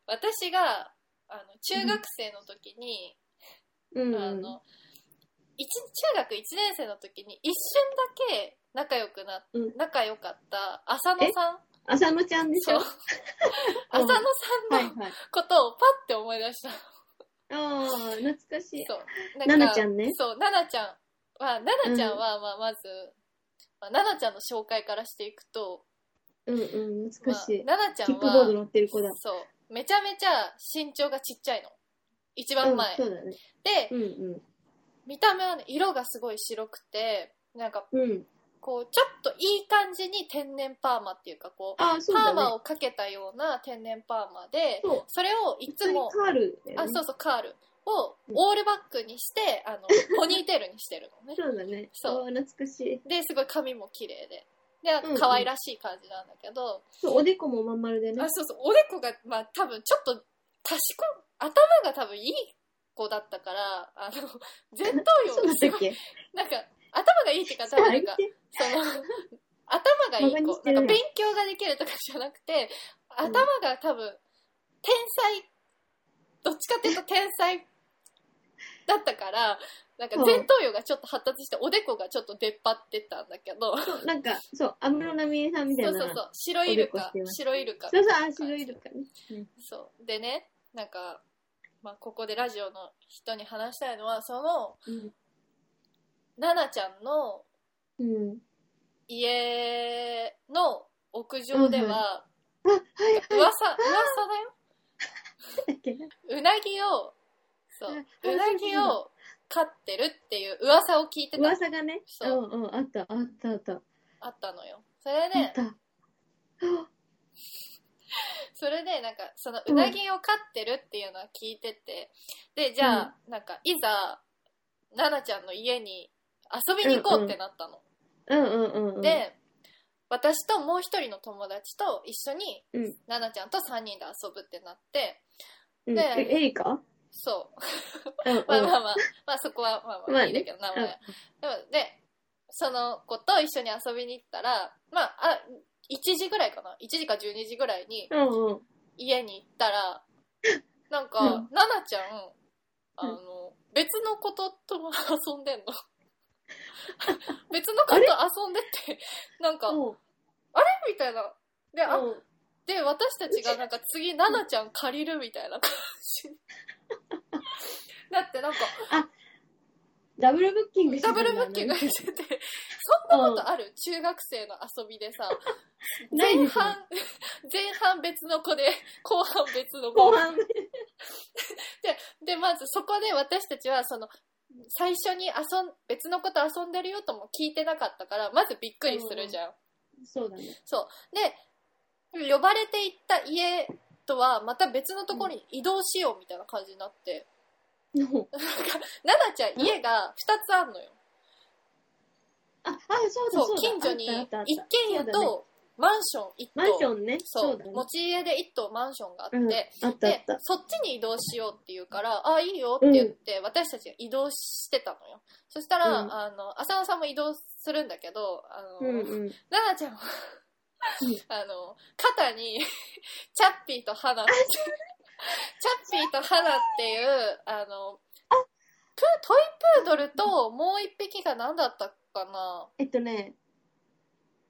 Speaker 3: 私があの中学生の時に、
Speaker 1: うん、
Speaker 3: あ
Speaker 1: うん。
Speaker 3: の一中学1年生の時に一瞬だけ仲良くな、
Speaker 1: うん
Speaker 3: 仲良かった浅野さん
Speaker 1: 浅野ちゃんでしょ
Speaker 3: そう浅
Speaker 1: は
Speaker 3: 野さ
Speaker 1: い
Speaker 3: んの
Speaker 1: はい。
Speaker 3: ことをパッて思い出したの
Speaker 1: ああ、懐かしい。
Speaker 3: そう
Speaker 1: ななちゃんね
Speaker 3: そうななちゃんはななちゃんは、まあ、まず、まあ、ななちゃんの紹介からしていくと、
Speaker 1: うんうん、懐
Speaker 3: ま
Speaker 1: かしい。
Speaker 3: あ、ななちゃ
Speaker 1: キ
Speaker 3: ん
Speaker 1: ックボード
Speaker 3: は
Speaker 1: 乗ってる子だ。
Speaker 3: そうめちゃめちゃ身長がちっちゃいの一番前、
Speaker 1: うん、そうだね。
Speaker 3: で
Speaker 1: うんうん。
Speaker 3: 見た目はね色がすごい白くてなんか
Speaker 1: うん。
Speaker 3: こうちょっといい感じに天然パーマっていうかこう
Speaker 1: ああ、そう
Speaker 3: パー
Speaker 1: だ
Speaker 3: マ
Speaker 1: ね。
Speaker 3: をかけたような天然パーマで
Speaker 1: そう。
Speaker 3: それをい
Speaker 1: 普通
Speaker 3: つ
Speaker 1: に
Speaker 3: も
Speaker 1: カールだよね。
Speaker 3: あそうそうカールを
Speaker 1: うん
Speaker 3: オールバックにして
Speaker 1: [laughs]
Speaker 3: あのポニーテールにしてるのね
Speaker 1: そうだね。
Speaker 3: そう
Speaker 1: あー懐かしい。
Speaker 3: ですごい髪も綺麗でで
Speaker 1: うんうん
Speaker 3: 可愛らしい感じなんだけど、
Speaker 1: そう、おでこもまん丸でね
Speaker 3: あ。そうそうおでこがまあ多分ちょっと賢い頭が多分いい子だったからあの前頭
Speaker 1: そうだ
Speaker 3: 葉が
Speaker 1: っ
Speaker 3: す
Speaker 1: た
Speaker 3: ご
Speaker 1: っ
Speaker 3: い
Speaker 1: け
Speaker 3: なんか頭がいいっていうか多分 [laughs] なんか
Speaker 1: 相手
Speaker 3: その
Speaker 1: [laughs]
Speaker 3: 頭がいい
Speaker 1: 馬鹿にし
Speaker 3: 子
Speaker 1: て
Speaker 3: な
Speaker 1: る
Speaker 3: んか勉強ができるとかじゃなくて頭が多分天才どっちかっていうと天才だったからなんか前頭葉がちょっと発達しておでこがちょっと出っ張ってたんだけど
Speaker 1: そうなんか、そう、安室奈美恵さんみた
Speaker 3: そ
Speaker 1: いうな。
Speaker 3: そうそう白イル
Speaker 1: おでこし
Speaker 3: カ
Speaker 1: てます
Speaker 3: 白イルカ
Speaker 1: そうそう、あ、白いるからね。
Speaker 3: そうでねなんか、まあ、ここでラジオの人に話したいのはその奈々ちゃんの
Speaker 1: うん。うん。
Speaker 3: 家の屋上では、
Speaker 1: あ、はいは
Speaker 3: 噂
Speaker 1: い。
Speaker 3: 噂
Speaker 1: だっけな
Speaker 3: だようなぎをそう
Speaker 1: うん
Speaker 3: うなぎを飼ってるっていう噂を聞いてた
Speaker 1: 噂がね。う
Speaker 3: そうん
Speaker 1: うん、あった、あった、あった。
Speaker 3: あったのよそれ
Speaker 1: あっ
Speaker 3: で
Speaker 1: た。あ
Speaker 3: それでなんかそのうなぎを飼ってるっていうのは聞いててでじゃあ、なんかいざ奈々ちゃんの家に遊びに行こうってなったの、
Speaker 1: うんうんうんうん。、
Speaker 3: で、私ともう一人の友達と一緒に、
Speaker 1: うん
Speaker 3: ななちゃんと3人で遊ぶってなって
Speaker 1: うん、
Speaker 3: で
Speaker 1: えエリカ
Speaker 3: そう
Speaker 1: うんうん。
Speaker 3: まあまあまあ、まあそこはまあま
Speaker 1: まあ
Speaker 3: あ
Speaker 1: ね
Speaker 3: いいんだけど名前は、でもでその子と一緒に遊びに行ったらまああ1時ぐらいかな1時か12時ぐらいに
Speaker 1: うんうん。
Speaker 3: 家に行った
Speaker 1: [laughs]
Speaker 3: らなんか、
Speaker 1: うん
Speaker 3: ななちゃんあの、別の子ととも遊んで
Speaker 1: [laughs]
Speaker 3: んの別の子と遊んでてなんか
Speaker 1: うん
Speaker 3: みたいな。で、あ、
Speaker 1: うん
Speaker 3: で、私たちがなんか次、ななちゃん借りるみたいな感
Speaker 1: [laughs]
Speaker 3: じ。だってなんか、
Speaker 1: ダブルブッキングして
Speaker 3: ダ
Speaker 1: たん
Speaker 3: ブ
Speaker 1: だ
Speaker 3: ルブッキング
Speaker 1: ね
Speaker 3: してて、そんなことある中学生の遊びでさ、
Speaker 1: [laughs] ない
Speaker 3: 前
Speaker 1: ですね
Speaker 3: 半、 [laughs] 前半別の子で、後半別の子
Speaker 1: 後。半。
Speaker 3: で、まずそこで私たちは、その、最初に遊ん、別の子と遊んでるよとも聞いてなかったから、まずびっくりするじゃん。
Speaker 1: そうだね。
Speaker 3: そう。で、呼ばれて行った家とは、また別のところに移動しようみたいな感じになって、
Speaker 1: うん
Speaker 3: ななちゃん家が2つあんのよ。
Speaker 1: あ、あ、そうだ
Speaker 3: そう
Speaker 1: そうだ。
Speaker 3: 近所に
Speaker 1: あ
Speaker 3: 一
Speaker 1: ったあったあった
Speaker 3: 軒家
Speaker 1: そうだね
Speaker 3: とマンション
Speaker 1: マン
Speaker 3: 1
Speaker 1: シ
Speaker 3: 棟。
Speaker 1: ョンね。
Speaker 3: そ
Speaker 1: そううだね。
Speaker 3: 持ち家で1棟マンションがあって、
Speaker 1: うん、あったあっ
Speaker 3: で
Speaker 1: た。
Speaker 3: そっちに移動しようって言うから「あいいよ」って言って、私たちが移動してたのよそしたら、
Speaker 1: うん
Speaker 3: あの浅野さんも移動するんだけどあの、
Speaker 1: うんうん。
Speaker 3: ななちゃんは [laughs] あの、肩に、 [laughs] チャッピーとハ
Speaker 1: [laughs]
Speaker 3: ナって、チャッピーとハナっていう、あの、プートイプードルと、もう一匹が何だったかな
Speaker 1: えっとね、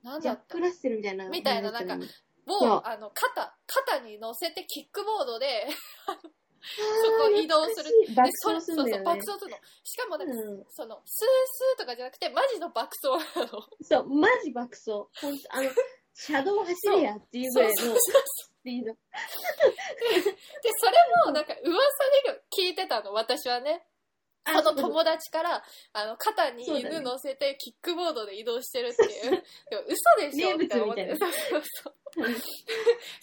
Speaker 3: 何
Speaker 1: ジ
Speaker 3: だ
Speaker 1: ャッ
Speaker 3: った
Speaker 1: ク・ラッセルみたいな。
Speaker 3: みたいななんか
Speaker 1: そう
Speaker 3: 某、あの、肩、肩に乗せてキックボードで、
Speaker 1: そ
Speaker 3: こ移動する。
Speaker 1: 爆
Speaker 3: でそれ
Speaker 1: 走するんだ
Speaker 3: そうそう、
Speaker 1: よ
Speaker 3: 爆
Speaker 1: ね。
Speaker 3: 走するの。しかもなんか、
Speaker 1: うん
Speaker 3: その、スースーとかじゃなくて、マジの爆走なの。
Speaker 1: そう、マジ爆走。ほんと
Speaker 3: [laughs]
Speaker 1: あの、車道走れやっていうぐらいの
Speaker 3: そうそう
Speaker 1: スピード。
Speaker 3: で、それも、なんか、噂で聞いてたの、私はね。
Speaker 1: あそ
Speaker 3: その
Speaker 1: う
Speaker 3: 友達から、あの、肩に
Speaker 1: そうだね
Speaker 3: 犬乗せて、キックボードで移動してるっていう。
Speaker 1: [laughs]
Speaker 3: でも嘘でし
Speaker 1: 名物
Speaker 3: ょみたいな思って。
Speaker 1: み
Speaker 3: そうそうそう。
Speaker 1: うん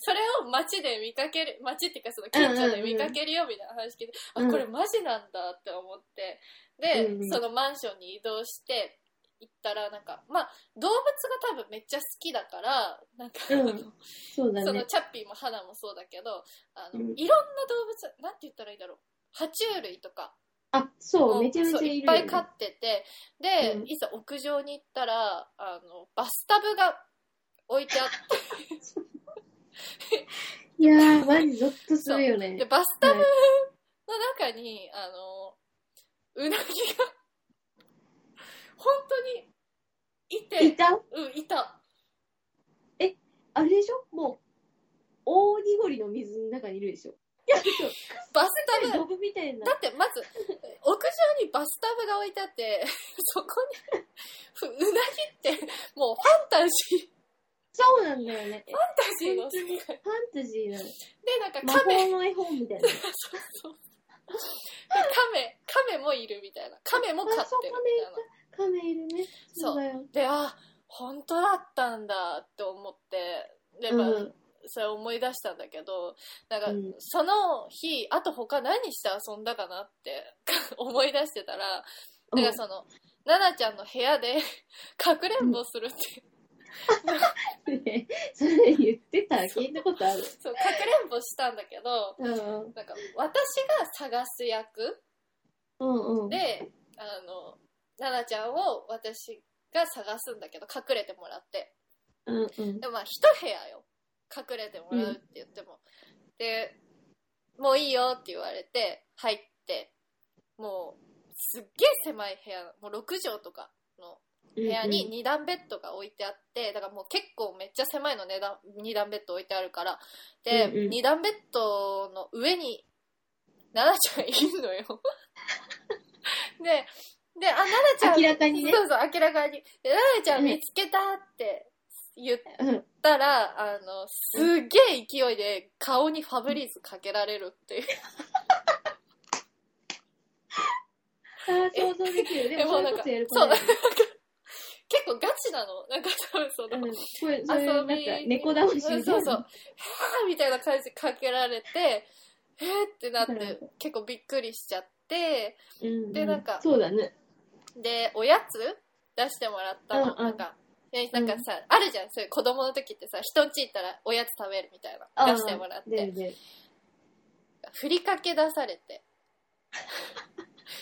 Speaker 3: それを街で見かける、街っていうか、その近所で見かけるよ、みたいな話聞いて、
Speaker 1: うんうん
Speaker 3: あ、これマジなんだって思って。で、
Speaker 1: うんうん
Speaker 3: そのマンションに移動して、行ったら、なんか、まあ、動物が多分めっちゃ好きだから、なんか、あの
Speaker 1: うんそうだ
Speaker 3: その
Speaker 1: ね。
Speaker 3: チャッピーも花もそうだけどあの、
Speaker 1: うん
Speaker 3: いろんな動物なんて言ったらいいだろう爬虫類とか
Speaker 1: あ、そう、
Speaker 3: を
Speaker 1: めちゃめちゃ
Speaker 3: そう
Speaker 1: いる
Speaker 3: いっ
Speaker 1: よ
Speaker 3: ぱ
Speaker 1: ね。
Speaker 3: い飼っててで、
Speaker 1: うん
Speaker 3: いざ屋上に行ったらあのバスタブが置いてあっ
Speaker 1: いやー、マジゾッとするよ
Speaker 3: てで
Speaker 1: ね。
Speaker 3: バスタブ
Speaker 1: はい
Speaker 3: の中にあのうなぎが本当にいて
Speaker 1: いた
Speaker 3: うんいた
Speaker 1: あれでしょもう、大濁りの水の中にいるでしょ。いや、そう。
Speaker 3: バスタブ
Speaker 1: ドブみたい
Speaker 3: だ
Speaker 1: な。
Speaker 3: ってまず屋上にバスタブが置いてあって [laughs] そこにふうなぎってもうファンタジー
Speaker 1: そうなんだよね。フ
Speaker 3: ファンタジーの世界で
Speaker 1: ァンタジーなの。
Speaker 3: なんか
Speaker 1: 魔
Speaker 3: カメ
Speaker 1: 法の絵本みたいな。
Speaker 3: そうそうでカメカメもいるみたいなカメも飼ってるみたいな
Speaker 1: カメいるね。そ
Speaker 3: そう
Speaker 1: うだよ。
Speaker 3: であ本当だったんだって思ってで、まあ
Speaker 1: うん
Speaker 3: それ思い出したんだけどなんか、
Speaker 1: うん
Speaker 3: その日あと他何して遊んだかなって [laughs] 思い出してたらだからその、奈々ちゃんの部屋で [laughs] かくれんぼするっていう、
Speaker 1: ね [laughs] それ言ってたら聞いたことある。
Speaker 3: そうかくれんぼしたんだけど
Speaker 1: うん
Speaker 3: なんか私が探す役
Speaker 1: うんうん。
Speaker 3: であの奈々ちゃんを私が探すんだけど隠れてもらって
Speaker 1: うんうん。
Speaker 3: でもまあ一部屋よ隠れてもらうって言っても、でもういいよって言われて入ってもうすっげえ狭い部屋もう6畳とかの
Speaker 1: 部
Speaker 3: 部屋に2段ベッドが置いてあってだからもう結構めっちゃ狭いの値段2段ベッド置いてあるからで、
Speaker 1: うんうん
Speaker 3: 2段ベッドの上に奈々ちゃんいんのよ [laughs] でであ奈々ちゃん
Speaker 1: 明らかにね
Speaker 3: そうそう明らかにで奈々ちゃん見つけたって言ったら、あのすっげえ勢いで顔にファブリーズかけられるっていう [laughs]
Speaker 1: あー想像できる。でもそういうことやる
Speaker 3: そ
Speaker 1: 子
Speaker 3: う
Speaker 1: だよ
Speaker 3: 結構ガチなのなんか多分その、
Speaker 1: うんこれそういうなんか猫倒しみたい
Speaker 3: うん
Speaker 1: な
Speaker 3: そうそう。はぁみたいな感じでかけられて、えーってなっ
Speaker 1: なる
Speaker 3: て
Speaker 1: ほど、
Speaker 3: 結構びっくりしちゃって、
Speaker 1: うんうん
Speaker 3: でなんか
Speaker 1: そうだね。
Speaker 3: で、おやつ出してもらったの。
Speaker 1: うんうん
Speaker 3: なんか、でなんかさ、あるじゃん、そういう子供の時ってさ、人んち行ったらおやつ食べるみたいな。出してもらっ
Speaker 1: で
Speaker 3: て、
Speaker 1: で
Speaker 3: ふりかけ出され
Speaker 1: [laughs]
Speaker 3: て。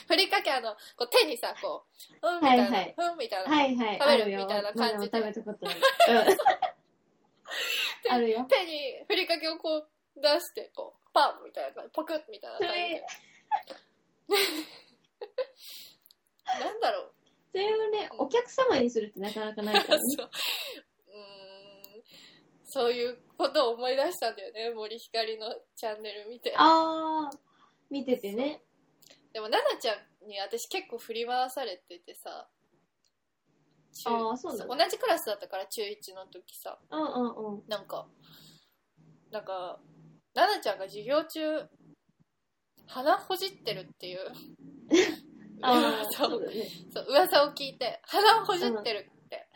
Speaker 3: ふりかけ、あの、こう手にさ、こう、うんみたいな、
Speaker 1: はいはい
Speaker 3: うんみたいな。
Speaker 1: はいはい。
Speaker 3: 食べる
Speaker 1: あよ
Speaker 3: みたいな感じで
Speaker 1: まだ食べたこと
Speaker 3: [laughs]
Speaker 1: ある。うんあるよ。
Speaker 3: 手にふりかけをこう出して、こう、パンみたいな感じ、パクッみたいな感じで。
Speaker 1: [laughs]
Speaker 3: なんだろう。
Speaker 1: それをね、お客様にするってなかなかないからね。
Speaker 3: [laughs] そううーんそういうことを思い出したんだよね森ひかりのチャンネル見て
Speaker 1: あー、見ててね。
Speaker 3: でも奈々ちゃんに私結構振り回されててさ中
Speaker 1: あーそうなの
Speaker 3: 同じクラスだったから中1の時さ
Speaker 1: うんうんうん。
Speaker 3: なんかなんか奈々ちゃんが授業中鼻ほじってるっていう
Speaker 1: [laughs] あー、
Speaker 3: そう
Speaker 1: そうだね。
Speaker 3: そう噂を聞いて鼻をほじってるって、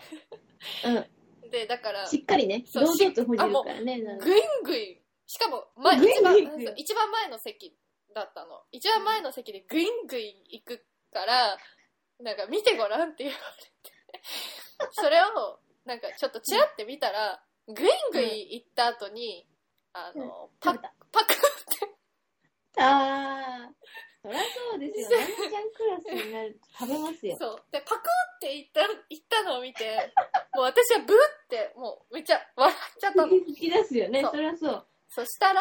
Speaker 3: でだから
Speaker 1: しっかりね、
Speaker 3: そ
Speaker 1: 堂
Speaker 3: う
Speaker 1: 々とほじるからね。なんか
Speaker 3: ぐいんぐいしかも前
Speaker 1: ぐい
Speaker 3: 一
Speaker 1: んぐ
Speaker 3: 番
Speaker 1: い
Speaker 3: そう一番前の席だったの一番前の席でぐいんぐい行くからなんか見てごらんって言われてそれをなんかちょっとチラって見たらぐいんぐい行った後にあ
Speaker 1: うん
Speaker 3: のパ
Speaker 1: 食べ
Speaker 3: ク
Speaker 1: た。
Speaker 3: パクって
Speaker 1: あー、そりゃそうですよ。ナナちゃんクラスになると食べますよ。
Speaker 3: そうでパクって行った行ったのを見てもう私はブーってもうめっちゃ笑
Speaker 1: き出すよね
Speaker 3: そう
Speaker 1: そりゃそう
Speaker 3: そしたら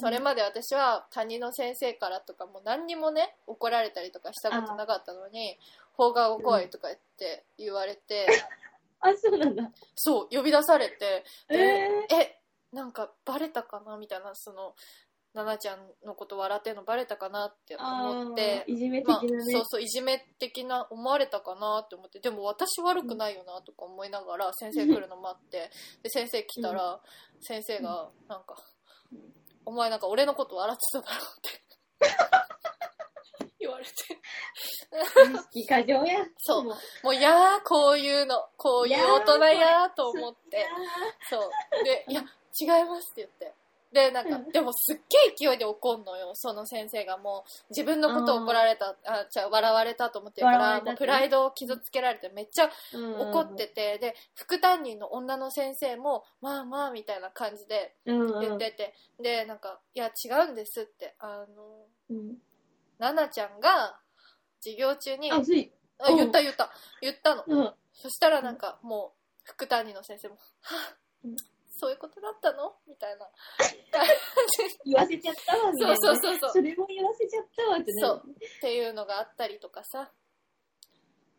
Speaker 3: それまで私は担任の先生からとかも何にもね怒られたりとかしたことなかったのに放課後来いとか言って言われて、
Speaker 1: あそうなんだ
Speaker 3: そう呼び出されて
Speaker 1: ええ
Speaker 3: えなんかバレたかなみたいなその奈々ちゃんのこと笑ってんのバレたかなって
Speaker 1: あ
Speaker 3: 思っ
Speaker 1: ー
Speaker 3: て
Speaker 1: いじめ的
Speaker 3: まあ、
Speaker 1: なね、
Speaker 3: そうそういじめ的な思われたかなって思ってでも私悪くないよなとか思いながら先生来るの待ってで先生来たら先生がなんか「お前なんか俺のこと笑ってただろ」って [laughs] 言われて
Speaker 1: 意識過剰や
Speaker 3: そう
Speaker 1: も
Speaker 3: もういやーこういうのこういう大人やーと思って [laughs] そうで「いや違います」って言って。で、なんか、でもすっげえ勢いで怒んのよ、その先生がもう、自分のことを怒られた、あ、じゃあ笑われたと思ってるか
Speaker 1: 笑わ
Speaker 3: ら、
Speaker 1: れた
Speaker 3: もう
Speaker 1: ね
Speaker 3: プライドを傷つけられて、めっちゃ
Speaker 1: うん
Speaker 3: 怒ってて、で、副担任の女の先生も、まあまあ、みたいな感じで
Speaker 1: うんうん
Speaker 3: 言ってて、で、なんか、いや、違うんですって、あの、
Speaker 1: うん
Speaker 3: ななちゃんが、授業中に、あ
Speaker 1: あ、つい、
Speaker 3: 言った言った、言ったの。
Speaker 1: うん、
Speaker 3: そしたらなんかもう副担任の先生も「はあ
Speaker 1: うん
Speaker 3: そういうことだったの?」みたいな
Speaker 1: 言わせちゃったわみたい
Speaker 3: そ
Speaker 1: な
Speaker 3: う
Speaker 1: ね
Speaker 3: そうそうそう
Speaker 1: それも言わせちゃったわってね
Speaker 3: そうっていうのがあったりとかさ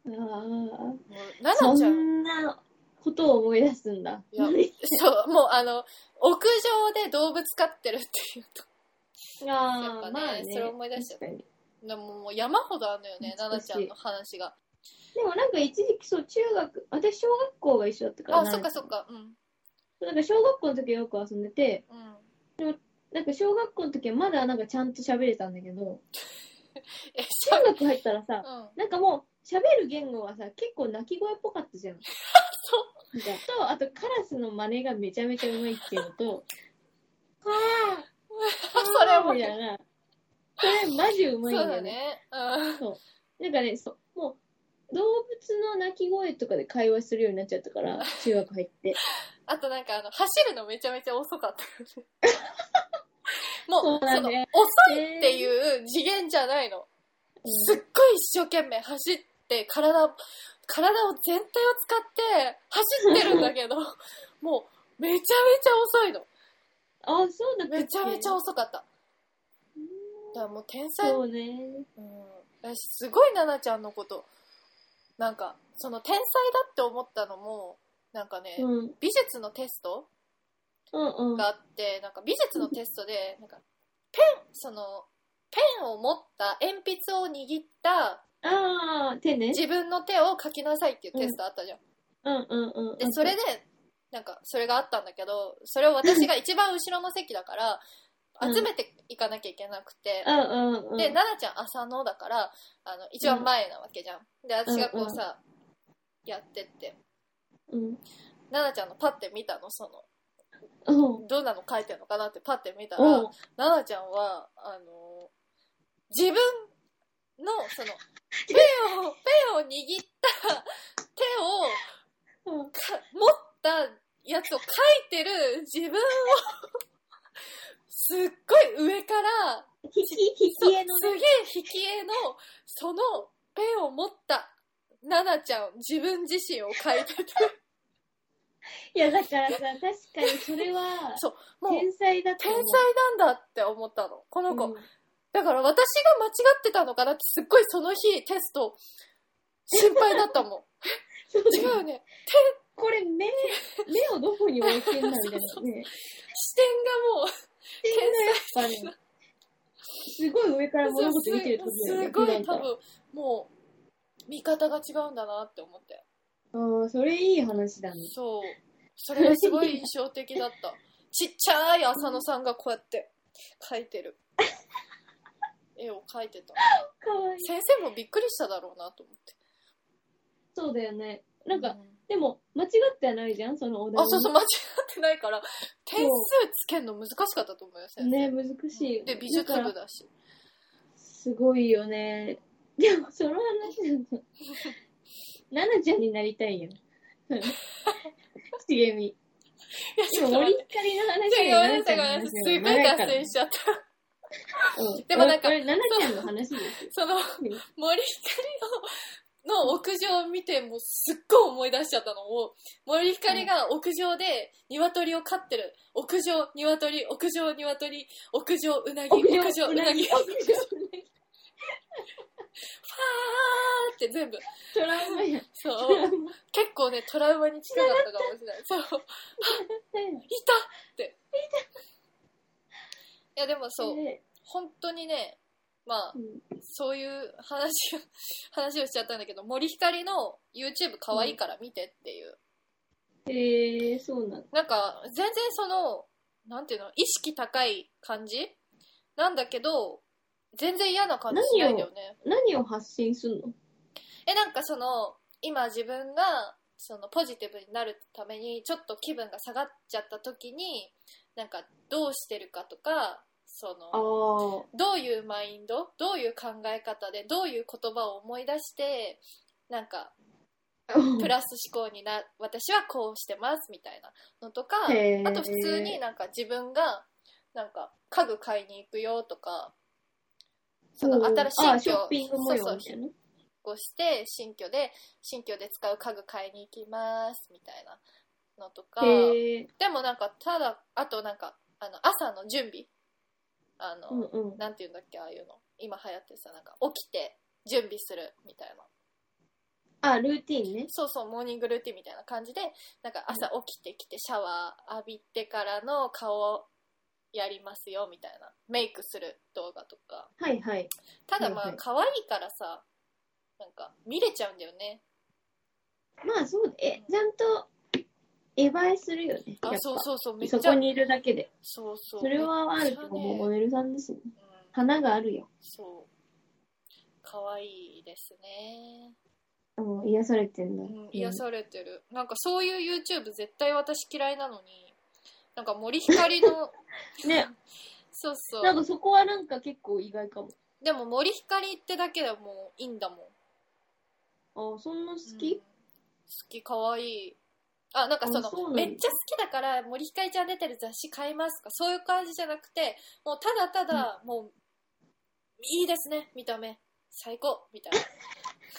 Speaker 1: あー
Speaker 3: もう奈々ち
Speaker 1: そ
Speaker 3: ゃん
Speaker 1: んなことを思い出すんだ
Speaker 3: いやそうもうあの屋上で動物飼ってるっていうとやっぱねそれ思い出しちゃう
Speaker 1: 確かに
Speaker 3: でももう山ほどあるのよね
Speaker 1: 懐かし
Speaker 3: 奈々
Speaker 1: い
Speaker 3: ちゃんの話が
Speaker 1: でもなんか一時期そう中学私小学校が一緒だったから
Speaker 3: あ
Speaker 1: な
Speaker 3: そっかそっかうん
Speaker 1: なんか小学校の時はよく遊んでて
Speaker 3: うん
Speaker 1: なんか小学校の時はまだなんかちゃんと喋れたんだけど
Speaker 3: えしゃ
Speaker 1: 中学入ったらさ
Speaker 3: うん
Speaker 1: なんかもう喋る言語がさ結構鳴き声っぽかったじゃ
Speaker 3: [laughs]
Speaker 1: んそうとあとカラスの真似がめちゃめちゃうまいっていうのと
Speaker 3: [laughs]
Speaker 1: 「はあ
Speaker 3: それも
Speaker 1: みたいなそれマジうまいん
Speaker 3: そう
Speaker 1: だ
Speaker 3: だ
Speaker 1: よね
Speaker 3: ねうん
Speaker 1: なんかねそうもう動物の鳴き声とかで会話するようになっちゃったから中学入って
Speaker 3: あとなんかあの走るのめちゃめちゃ遅かったよ
Speaker 1: [laughs]
Speaker 3: ねもう
Speaker 1: そうだ
Speaker 3: [laughs] その
Speaker 1: ね
Speaker 3: 遅
Speaker 1: っ
Speaker 3: っていう次元じゃないの。
Speaker 1: うん
Speaker 3: すっごい一生懸命走って、体、体を全体を使って走ってるん
Speaker 1: [laughs]
Speaker 3: だけど、もうめちゃめちゃ遅いの。
Speaker 1: あそうだったっけ
Speaker 3: めちゃめちゃ遅かった。だからもう天才、う
Speaker 1: そ
Speaker 3: ん、
Speaker 1: うね
Speaker 3: 私すごい奈々ちゃんのこと、なんか、その天才だって思ったのも、なんかね、
Speaker 1: うん
Speaker 3: 美術のテスト
Speaker 1: うんうん
Speaker 3: があってなんか美術のテストでなんかペンそのペンを持った鉛筆を握った
Speaker 1: ああ手ね
Speaker 3: 自分の手を描きなさいっていうテストあったじゃん。
Speaker 1: うんうんうん
Speaker 3: でそれでなんかそれがあったんだけどそれを私が一番後ろの席だから
Speaker 1: うん
Speaker 3: 集めていかなきゃいけなくて
Speaker 1: う。んうんうん
Speaker 3: で、奈々ちゃん浅野だから、あの、一番前なわけじゃん。で、私がこうさ、やってって、
Speaker 1: うん
Speaker 3: 奈々ちゃんのパッて見たの、そ
Speaker 1: うん
Speaker 3: の、どんなの書いてるのかなってパッて見たら、
Speaker 1: お
Speaker 3: ななちゃんは、あの自分の、その、ペンを、ペンを握った手を
Speaker 1: うん
Speaker 3: か持ったやつを書いてる自分を、すっごい上から、
Speaker 1: 引き引
Speaker 3: そう
Speaker 1: き絵の
Speaker 3: す
Speaker 1: ね
Speaker 3: げえ引き絵の、そのペンを持った、ななちゃん、自分自身を書いて
Speaker 1: [laughs]
Speaker 3: て、
Speaker 1: いやだからさ確かにそれは
Speaker 3: そうもう、
Speaker 1: 天才だと
Speaker 3: 天
Speaker 1: 思う
Speaker 3: 才なんだって思ったの、この子。
Speaker 1: うん
Speaker 3: だから私が間違ってたのかなってすっごいその日テスト心配だったもん。
Speaker 1: そう
Speaker 3: 違うよね。
Speaker 1: これ目目をどこに置いてんだみたいなね
Speaker 3: 視点がもう、
Speaker 1: 天才やっぱねすごい上から物事見てる時
Speaker 3: す
Speaker 1: だよね
Speaker 3: すごい
Speaker 1: 普
Speaker 3: 多
Speaker 1: 段か
Speaker 3: 分もう見方が違うんだなって思って。
Speaker 1: らうんそれいい話だね
Speaker 3: そう。それがすごい印象的
Speaker 1: [laughs]
Speaker 3: だった。ちっちゃい浅野さんがこうやって描いてる。絵を描いてた。
Speaker 1: かわいい
Speaker 3: 先生もびっくりしただろうなと思って。
Speaker 1: そうだよねなん
Speaker 3: う
Speaker 1: かでも間違ってはないじゃんそのお題
Speaker 3: あ、そうそう、間違ってないから、点数つけるの難しかったと思うよ、先
Speaker 1: ね
Speaker 3: 生。
Speaker 1: 難しいよね
Speaker 3: で、美術
Speaker 1: だから
Speaker 3: 部だし。
Speaker 1: すごいよね。でも、その話だと、ナナちゃんになりたいよ。 [laughs] 茂み。
Speaker 3: いや、ち
Speaker 1: 今、
Speaker 3: ょっと
Speaker 1: 森
Speaker 3: 待
Speaker 1: ひ
Speaker 3: っ
Speaker 1: かりの
Speaker 3: て。
Speaker 1: 話
Speaker 3: ち
Speaker 1: よ
Speaker 3: ょごめんなさい、ごめんなさい。すごい脱線しちゃった。でもなんか
Speaker 1: これ、ナナちゃんの話ですよ。
Speaker 3: その、
Speaker 1: ん
Speaker 3: 森ひかりのの屋上を見て、もうすっごい思い出しちゃったの。もう森ひかりが屋上で鶏を飼ってる。屋上、鶏、屋上、鶏、屋上、うなぎ、屋上、うなぎ、ファーって全部。
Speaker 1: トラウマや。
Speaker 3: そう。結構ね、トラウマに近かったかもしれない。そう。いたって。いや、でも [laughs] そう、
Speaker 1: で
Speaker 3: 本当にね、まあ
Speaker 1: う、ん
Speaker 3: そういう話を、話をしちゃったんだけど、森ひかりの YouTube 可愛いから見てっていう。
Speaker 1: へえー、そうなんだ。
Speaker 3: なんか、全然その、なんていうの、意識高い感じなんだけど、全然嫌な感じしないんだよね。
Speaker 1: 何を発信するの
Speaker 3: え、なんかその、今自分が、そのポジティブになるために、ちょっと気分が下がっちゃった時に、なんかどうしてるかとか、そ
Speaker 1: あ
Speaker 3: の、
Speaker 1: あ。
Speaker 3: どういうマインドどういう考え方でどういう言葉を思い出してなんかプラス思考にな私はこうしてますみたいなのとか
Speaker 1: へー
Speaker 3: あと普通になんか自分がなんか家具買いに行くよとかその新しい
Speaker 1: あショッピング模
Speaker 3: そうそ
Speaker 1: 様
Speaker 3: う
Speaker 1: みたいな。
Speaker 3: 引っ越して新居で新居で使う家具買いに行きますみたいなのとか。
Speaker 1: へえ。
Speaker 3: でもなんかただあとなんかあの朝の準備あの、
Speaker 1: うんうん。
Speaker 3: なんていうんだっけああいうの今流行ってさなんか起きて準備するみたいな
Speaker 1: あ、ルーティンね。
Speaker 3: そうそうモーニングルーティンみたいな感じでなんか朝起きてきてシャワー浴びてからの顔やりますよみたいなメイクする動画とか
Speaker 1: はいはい。
Speaker 3: ただ
Speaker 1: はい
Speaker 3: ま
Speaker 1: は
Speaker 3: あ
Speaker 1: い
Speaker 3: 可愛いからさなんか見れちゃうんだよね
Speaker 1: まあそう、え、ちゃんと、映えするよね。
Speaker 3: あ
Speaker 1: やっぱ
Speaker 3: そうそうそうめっち
Speaker 1: そ
Speaker 3: ゃ
Speaker 1: こにいるだけで。
Speaker 3: そうそう
Speaker 1: それはあ
Speaker 3: めっ
Speaker 1: る
Speaker 3: ちゃ
Speaker 1: と
Speaker 3: ね
Speaker 1: もモデルさんですね。
Speaker 3: うん
Speaker 1: 花があるよ。
Speaker 3: そう可愛いですね
Speaker 1: うん、癒されてんだ。
Speaker 3: うん、癒されてる、なんかそういう YouTube 絶対私嫌いなのになんか森ひか
Speaker 1: [laughs]
Speaker 3: りの
Speaker 1: ね、
Speaker 3: そうそ
Speaker 1: なん
Speaker 3: う
Speaker 1: かそこはなんか結構意外かも。
Speaker 3: でも森ひかりってだけでもういいんだもん
Speaker 1: あ、そんな好
Speaker 3: うん
Speaker 1: き
Speaker 3: 好きかわいいあなんかその
Speaker 1: あそうなんだ
Speaker 3: めっちゃ好きだから森ひかりちゃん出てる雑誌買いますとかそういう感じじゃなくてもうただただもう、いいですね見た目最高みたい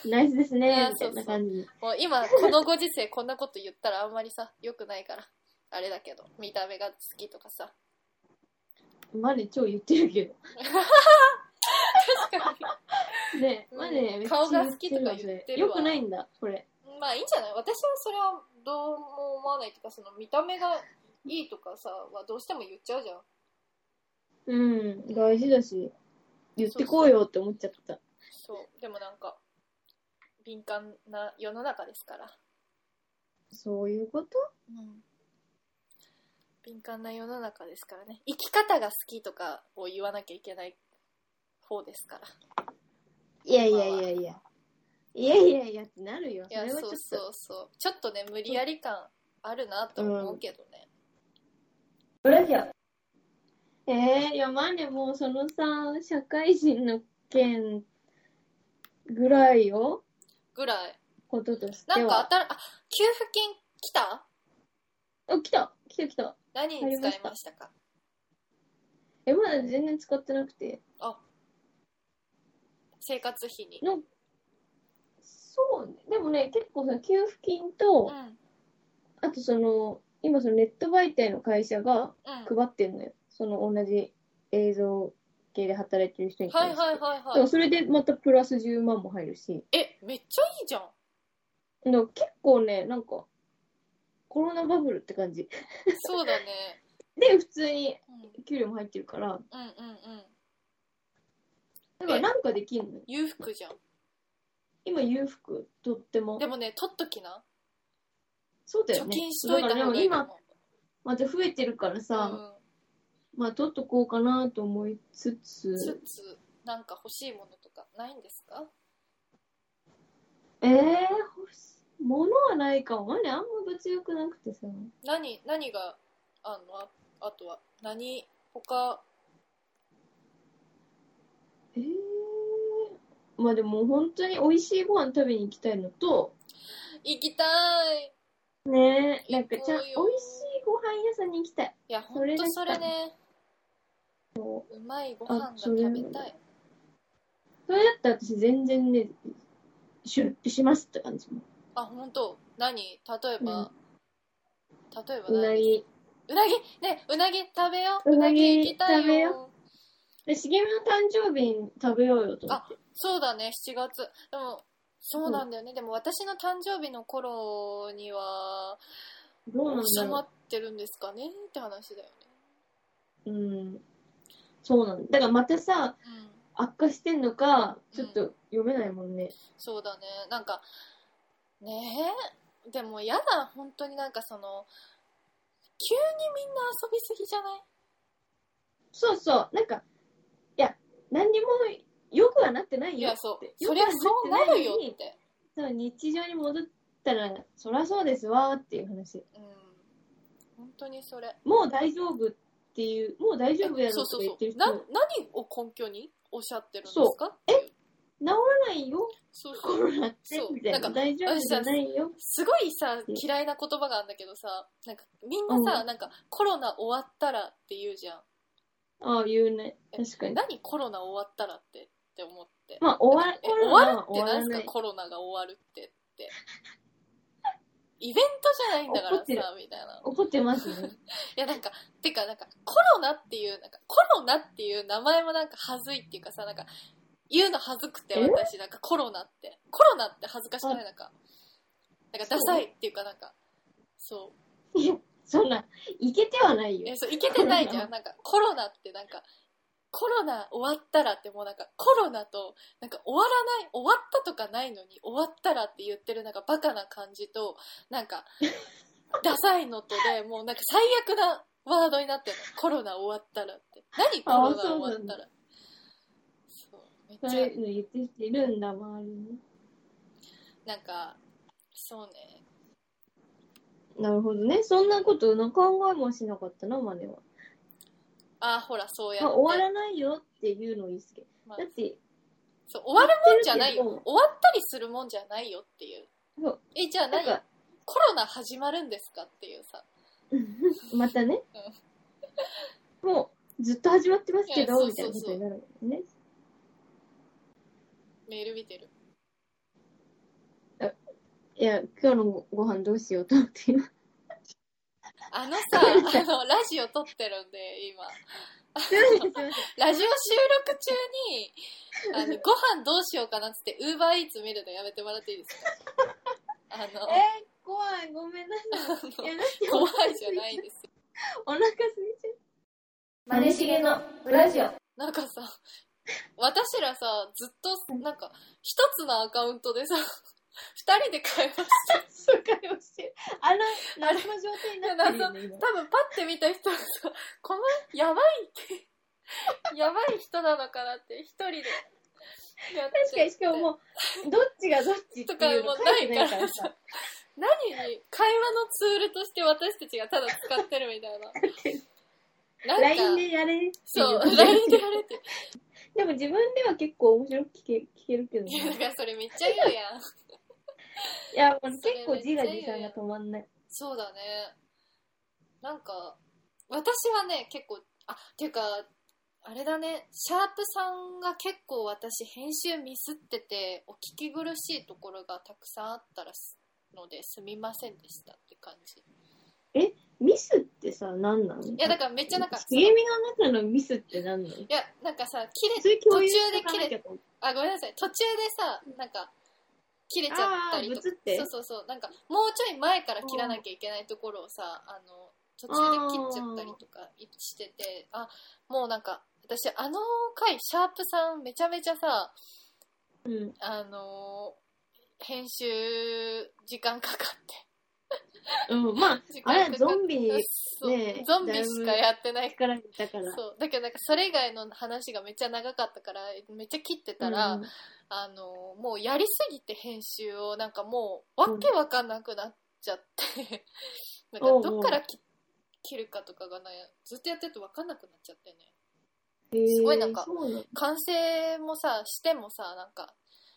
Speaker 3: な
Speaker 1: ナイスですね
Speaker 3: あ、
Speaker 1: みたいな感じ。
Speaker 3: もう今このご時世こんなこと言ったらあんまりさ良くないからあれだけど見た目が好きとかさ
Speaker 1: マネ超言ってるけど。ね
Speaker 3: うん
Speaker 1: マネめっちゃ
Speaker 3: 顔が好きとか言ってるわ
Speaker 1: それよくないんだ、これ。
Speaker 3: まあいいんじゃない私はそれはどうも思わないとかその見た目がいいとかさはどうしても言っちゃうじゃん
Speaker 1: うん、大事だし、言ってこうよって思っちゃった。
Speaker 3: そうでもなんか敏感な世の中ですから、
Speaker 1: そういうこと
Speaker 3: 敏感な世の中ですからね生き方が好きとかを言わなきゃいけない方ですから
Speaker 1: いやいやいやいや。いやいやいやってなるよ。
Speaker 3: い
Speaker 1: そ
Speaker 3: や
Speaker 1: れはちょっ
Speaker 3: そうそ
Speaker 1: と。
Speaker 3: うそうちょっとね無理やり感あるなと思うけどね、
Speaker 2: ブラジャー。
Speaker 1: えー、いや、マネもうそのさ、社会人の件ぐらいよ、
Speaker 3: ぐらい
Speaker 1: こととしては。
Speaker 3: なんかあたあ給付金来た
Speaker 1: あ、来た来た来た。
Speaker 3: 何に使いましたか
Speaker 1: え、まだ全然使ってなくて。
Speaker 3: 生活費に
Speaker 1: の、そうね。でもね、結構さ、給付金と、
Speaker 3: うん
Speaker 1: あとその、今そのネット媒体の会社が
Speaker 3: うん
Speaker 1: 配ってんのよ。その同じ映像系で働いてる人に
Speaker 3: は
Speaker 1: 対
Speaker 3: い
Speaker 1: して。
Speaker 3: はいはい
Speaker 1: で
Speaker 3: は
Speaker 1: も
Speaker 3: い。
Speaker 1: それでまたプラス10万も入るし。
Speaker 3: え、めっちゃいいじゃん。
Speaker 1: でも結構ね、なんか、コロナバブルって感じ。
Speaker 3: そうだね。
Speaker 1: で、普通に
Speaker 3: うん、うん、
Speaker 1: 給料も入ってるから、
Speaker 3: うん、うん。
Speaker 1: だから
Speaker 3: え
Speaker 1: なんかできんのよ。
Speaker 3: 裕福じゃん。
Speaker 1: 今、裕福、とっても
Speaker 3: で。もね、取っときな。
Speaker 1: そうだよ
Speaker 3: 貯
Speaker 1: ね。
Speaker 3: 金しといた
Speaker 1: だから
Speaker 3: 方が
Speaker 1: でも
Speaker 3: いいか
Speaker 1: 今、
Speaker 3: も。
Speaker 1: また増えてるからさ、
Speaker 3: う
Speaker 1: まあ、取っとこうかなと思いつ
Speaker 3: ん。つ
Speaker 1: つ、
Speaker 3: つ、なんか欲しいものとかないんですか
Speaker 1: えー、欲しいものはないかも。ね、あんま物欲なくてさ。
Speaker 3: 何、何があんのああとは、何、他、
Speaker 1: えー、まあでも本当に美味しいご飯食べに行きたいのと、
Speaker 3: 行きたい。
Speaker 1: ねえ、なんかちゃん、
Speaker 3: 行
Speaker 1: 美味
Speaker 3: こう
Speaker 1: しい
Speaker 3: よ
Speaker 1: ご飯屋さんに行きたい。
Speaker 3: いや、ほ
Speaker 1: そ
Speaker 3: ん
Speaker 1: れ
Speaker 3: と
Speaker 1: だけ
Speaker 3: それね。うまいご飯が
Speaker 1: あそれ
Speaker 3: 食べたい。
Speaker 1: それだったら私全然ね、出費しますって感じも。
Speaker 3: あ、本当。何例えば、例えば
Speaker 1: うな
Speaker 3: 何
Speaker 1: ぎ。
Speaker 3: うなぎねうなぎ食べよう。
Speaker 1: う
Speaker 3: う
Speaker 1: な
Speaker 3: な
Speaker 1: ぎ
Speaker 3: ぎ行きた
Speaker 1: 食
Speaker 3: い
Speaker 1: べ
Speaker 3: よ。
Speaker 1: で、茂みの誕生日に食べようよと思って。
Speaker 3: そうだね、7月。でも、そうなんだよね。でも私の誕生日の頃には、
Speaker 1: どうなんだ
Speaker 3: 収ま
Speaker 1: ろ
Speaker 3: ってるんですかねって話だよね。
Speaker 1: う。うん。そうなんだ。だからまたさ、
Speaker 3: うん。
Speaker 1: 悪化してんのか、ちょっと読めないもんね。
Speaker 3: そうだね。なんか、ねえ。でもやだ、本当になんかその、急にみんな遊びすぎじゃない
Speaker 1: そうそう。なんか、いや、何にも良くはなってない
Speaker 3: い
Speaker 1: よっ
Speaker 3: や、
Speaker 1: て。
Speaker 3: そう。
Speaker 1: 良
Speaker 3: そ
Speaker 1: く
Speaker 3: りゃ
Speaker 1: は
Speaker 3: そう
Speaker 1: っ
Speaker 3: な
Speaker 1: てい
Speaker 3: るよ
Speaker 1: のに
Speaker 3: って。
Speaker 1: そう日常に戻ったら、そらそうですわーっていう話。
Speaker 3: うん。本当にそれ。
Speaker 1: もう大丈夫っていう、もう大丈夫やろ
Speaker 3: そう
Speaker 1: と
Speaker 3: そ
Speaker 1: か
Speaker 3: う
Speaker 1: 言っ
Speaker 3: そ
Speaker 1: てる
Speaker 3: う。
Speaker 1: 人、
Speaker 3: な、
Speaker 1: 治
Speaker 3: 何を根拠におっしゃってるんですかっていう
Speaker 1: らないよ、
Speaker 3: そう
Speaker 1: コ
Speaker 3: そう。
Speaker 1: ロナって
Speaker 3: そう。
Speaker 1: みたい
Speaker 3: な
Speaker 1: な。
Speaker 3: んか
Speaker 1: 大丈夫じゃないよ。
Speaker 3: すごいさ、嫌いな言葉があるんだけどさ、なんかみんなさ、なんかコロナ終わったらって言うじゃん。
Speaker 1: ああ、言うね。確かに。
Speaker 3: 何コロナ終わったらってって思って。
Speaker 1: まあ、終わ
Speaker 3: え
Speaker 1: コロ
Speaker 3: 終
Speaker 1: ナ
Speaker 3: わる
Speaker 1: は
Speaker 3: って
Speaker 1: 終わ
Speaker 3: な
Speaker 1: ら
Speaker 3: ん
Speaker 1: な
Speaker 3: す
Speaker 1: い
Speaker 3: か。コロナが終わるってって。イベントじゃないんだから
Speaker 1: 怒ってる
Speaker 3: さ、みたいな。
Speaker 1: 怒ってますね。
Speaker 3: いやなんか、てかなんか、コロナっていう、なんか、コロナっていう名前もなんか恥ずいっていうかさ、なんか、言うの恥ずくて
Speaker 1: え
Speaker 3: 私、なんかコロナって。コロナって恥ずかしくないなんか、なんかダサいっていうかなんか、そう。
Speaker 1: いや、 [laughs] そんな、いけてはないよ
Speaker 3: え。そういけてないじゃんなんかコロナってなんかコロナ終わったらってもうなんかコロナとなんか終わらない終わったとかないのに終わったらって言ってるなんかバカな感じとなんかダサいのとでもうなんか最悪なワードになってるのコロナ終わったらって何コロナ終わったらそ
Speaker 1: そ
Speaker 3: う
Speaker 1: う
Speaker 3: めっ
Speaker 1: い
Speaker 3: ち
Speaker 1: うの言ってる人いるんだ、周りに。
Speaker 3: ゃなんかそうね
Speaker 1: なるほどね。そんなことの考えもしなかったな、マネは。
Speaker 3: あほらそうや
Speaker 1: まあ、
Speaker 3: って、
Speaker 1: 終わらないよっていうのを言いつけ。
Speaker 3: まあ
Speaker 1: だって、
Speaker 3: そう終わるもんじゃないよ
Speaker 1: 言
Speaker 3: 終
Speaker 1: って
Speaker 3: わ
Speaker 1: るけ
Speaker 3: ったりするもんじゃないよっていう
Speaker 1: そう
Speaker 3: えじゃあ
Speaker 1: なん
Speaker 3: 何
Speaker 1: か、
Speaker 3: コロナ始まるんですかっていうさ。
Speaker 1: [laughs] またね。もう、ずっと始まってますけ
Speaker 3: い
Speaker 1: ど、
Speaker 3: や
Speaker 1: みたいなことになるもんね。
Speaker 3: メール見てる。
Speaker 1: いや、今日のごご飯どうしようと思って今。
Speaker 3: あのさ、あの、ラジオ撮ってるんで、今。
Speaker 1: すいません、すいません。
Speaker 3: ラジオ収録中に、あの、ご飯どうしようかなっつって、ウーバーイーツ見るのやめてもらっていいですかあの、
Speaker 1: えー、 [laughs] 怖い、ごめんなさい。いや、だって
Speaker 3: 怖いじゃないですよ。
Speaker 1: お腹すいちゃう。
Speaker 2: マネしげのラジオ。
Speaker 3: なんかさ、私らさ、ずっと、なんか、一つのアカウントでさ、二人で会話して、
Speaker 1: そうかよしてる。あの、謎の状態になってるよね、今。
Speaker 3: 多分パッて見た人はさ、この、やばいって、やばい人なのかなって、一人でやってて。
Speaker 1: 確かに、しかももう、どっちがどっちっていうの
Speaker 3: とか
Speaker 1: 書
Speaker 3: も
Speaker 1: いて
Speaker 3: な
Speaker 1: ないか
Speaker 3: いからら
Speaker 1: さ [laughs]
Speaker 3: さ。何に会話のツールとして私たちがただ使ってるみたい [laughs] な。なんか
Speaker 1: LINE でやれっていう。
Speaker 3: [laughs] そう、LINE でやれって。
Speaker 1: でも自分では結構面白く聞け聞けるけどね。 [laughs]
Speaker 3: いや、だからそれめっちゃ言うやん。
Speaker 1: いや、もう結構自画自賛が止まんない。
Speaker 3: そうだね。なんか、私はね、結構、あ、っていうか、あれだね、シャープさんが結構私編集ミスってて、お聞き苦しいところがたくさんあったらすのですみませんでしたって感じ。
Speaker 1: ミスってさ、何なの
Speaker 3: いや、だからめっちゃなんか、
Speaker 1: 茂みの中のミスって何なの
Speaker 3: いや、なんかさ、切れ
Speaker 1: それ共有して
Speaker 3: 途中で
Speaker 1: な
Speaker 3: 切れ
Speaker 1: きゃと思う
Speaker 3: あ、ごめんなさい。途中でさ、なんか、切れちゃったりと
Speaker 1: あーぶつって
Speaker 3: か。そうそうそう。なんか、もうちょい前から切らなきゃいけないところをさ、あの、途中で切っちゃったりとかしてて、あもうなんか、私、あの回、シャープさん、めちゃめちゃさ、
Speaker 1: うん。
Speaker 3: あのー編集、時間かかって。
Speaker 1: うん、まあ、
Speaker 3: 時
Speaker 1: あ
Speaker 3: 間
Speaker 1: れ
Speaker 3: か
Speaker 1: は
Speaker 3: かって
Speaker 1: ゾンビに
Speaker 3: そう
Speaker 1: ね
Speaker 3: ゾンビしかやってない
Speaker 1: 力入れたから。
Speaker 3: そう。だけど、なんか、それ以外の話がめっちゃ長かったから、めっちゃ切ってたら、
Speaker 1: うん
Speaker 3: あのもうやりすぎて編集をなんかもうわけわかんなくなっちゃって、 [laughs] なんかどっからき切るかとかがないずっとやってるとわかんなくなっちゃってねすごいなんか
Speaker 1: へーそうなの
Speaker 3: 完成もさしてもさなんか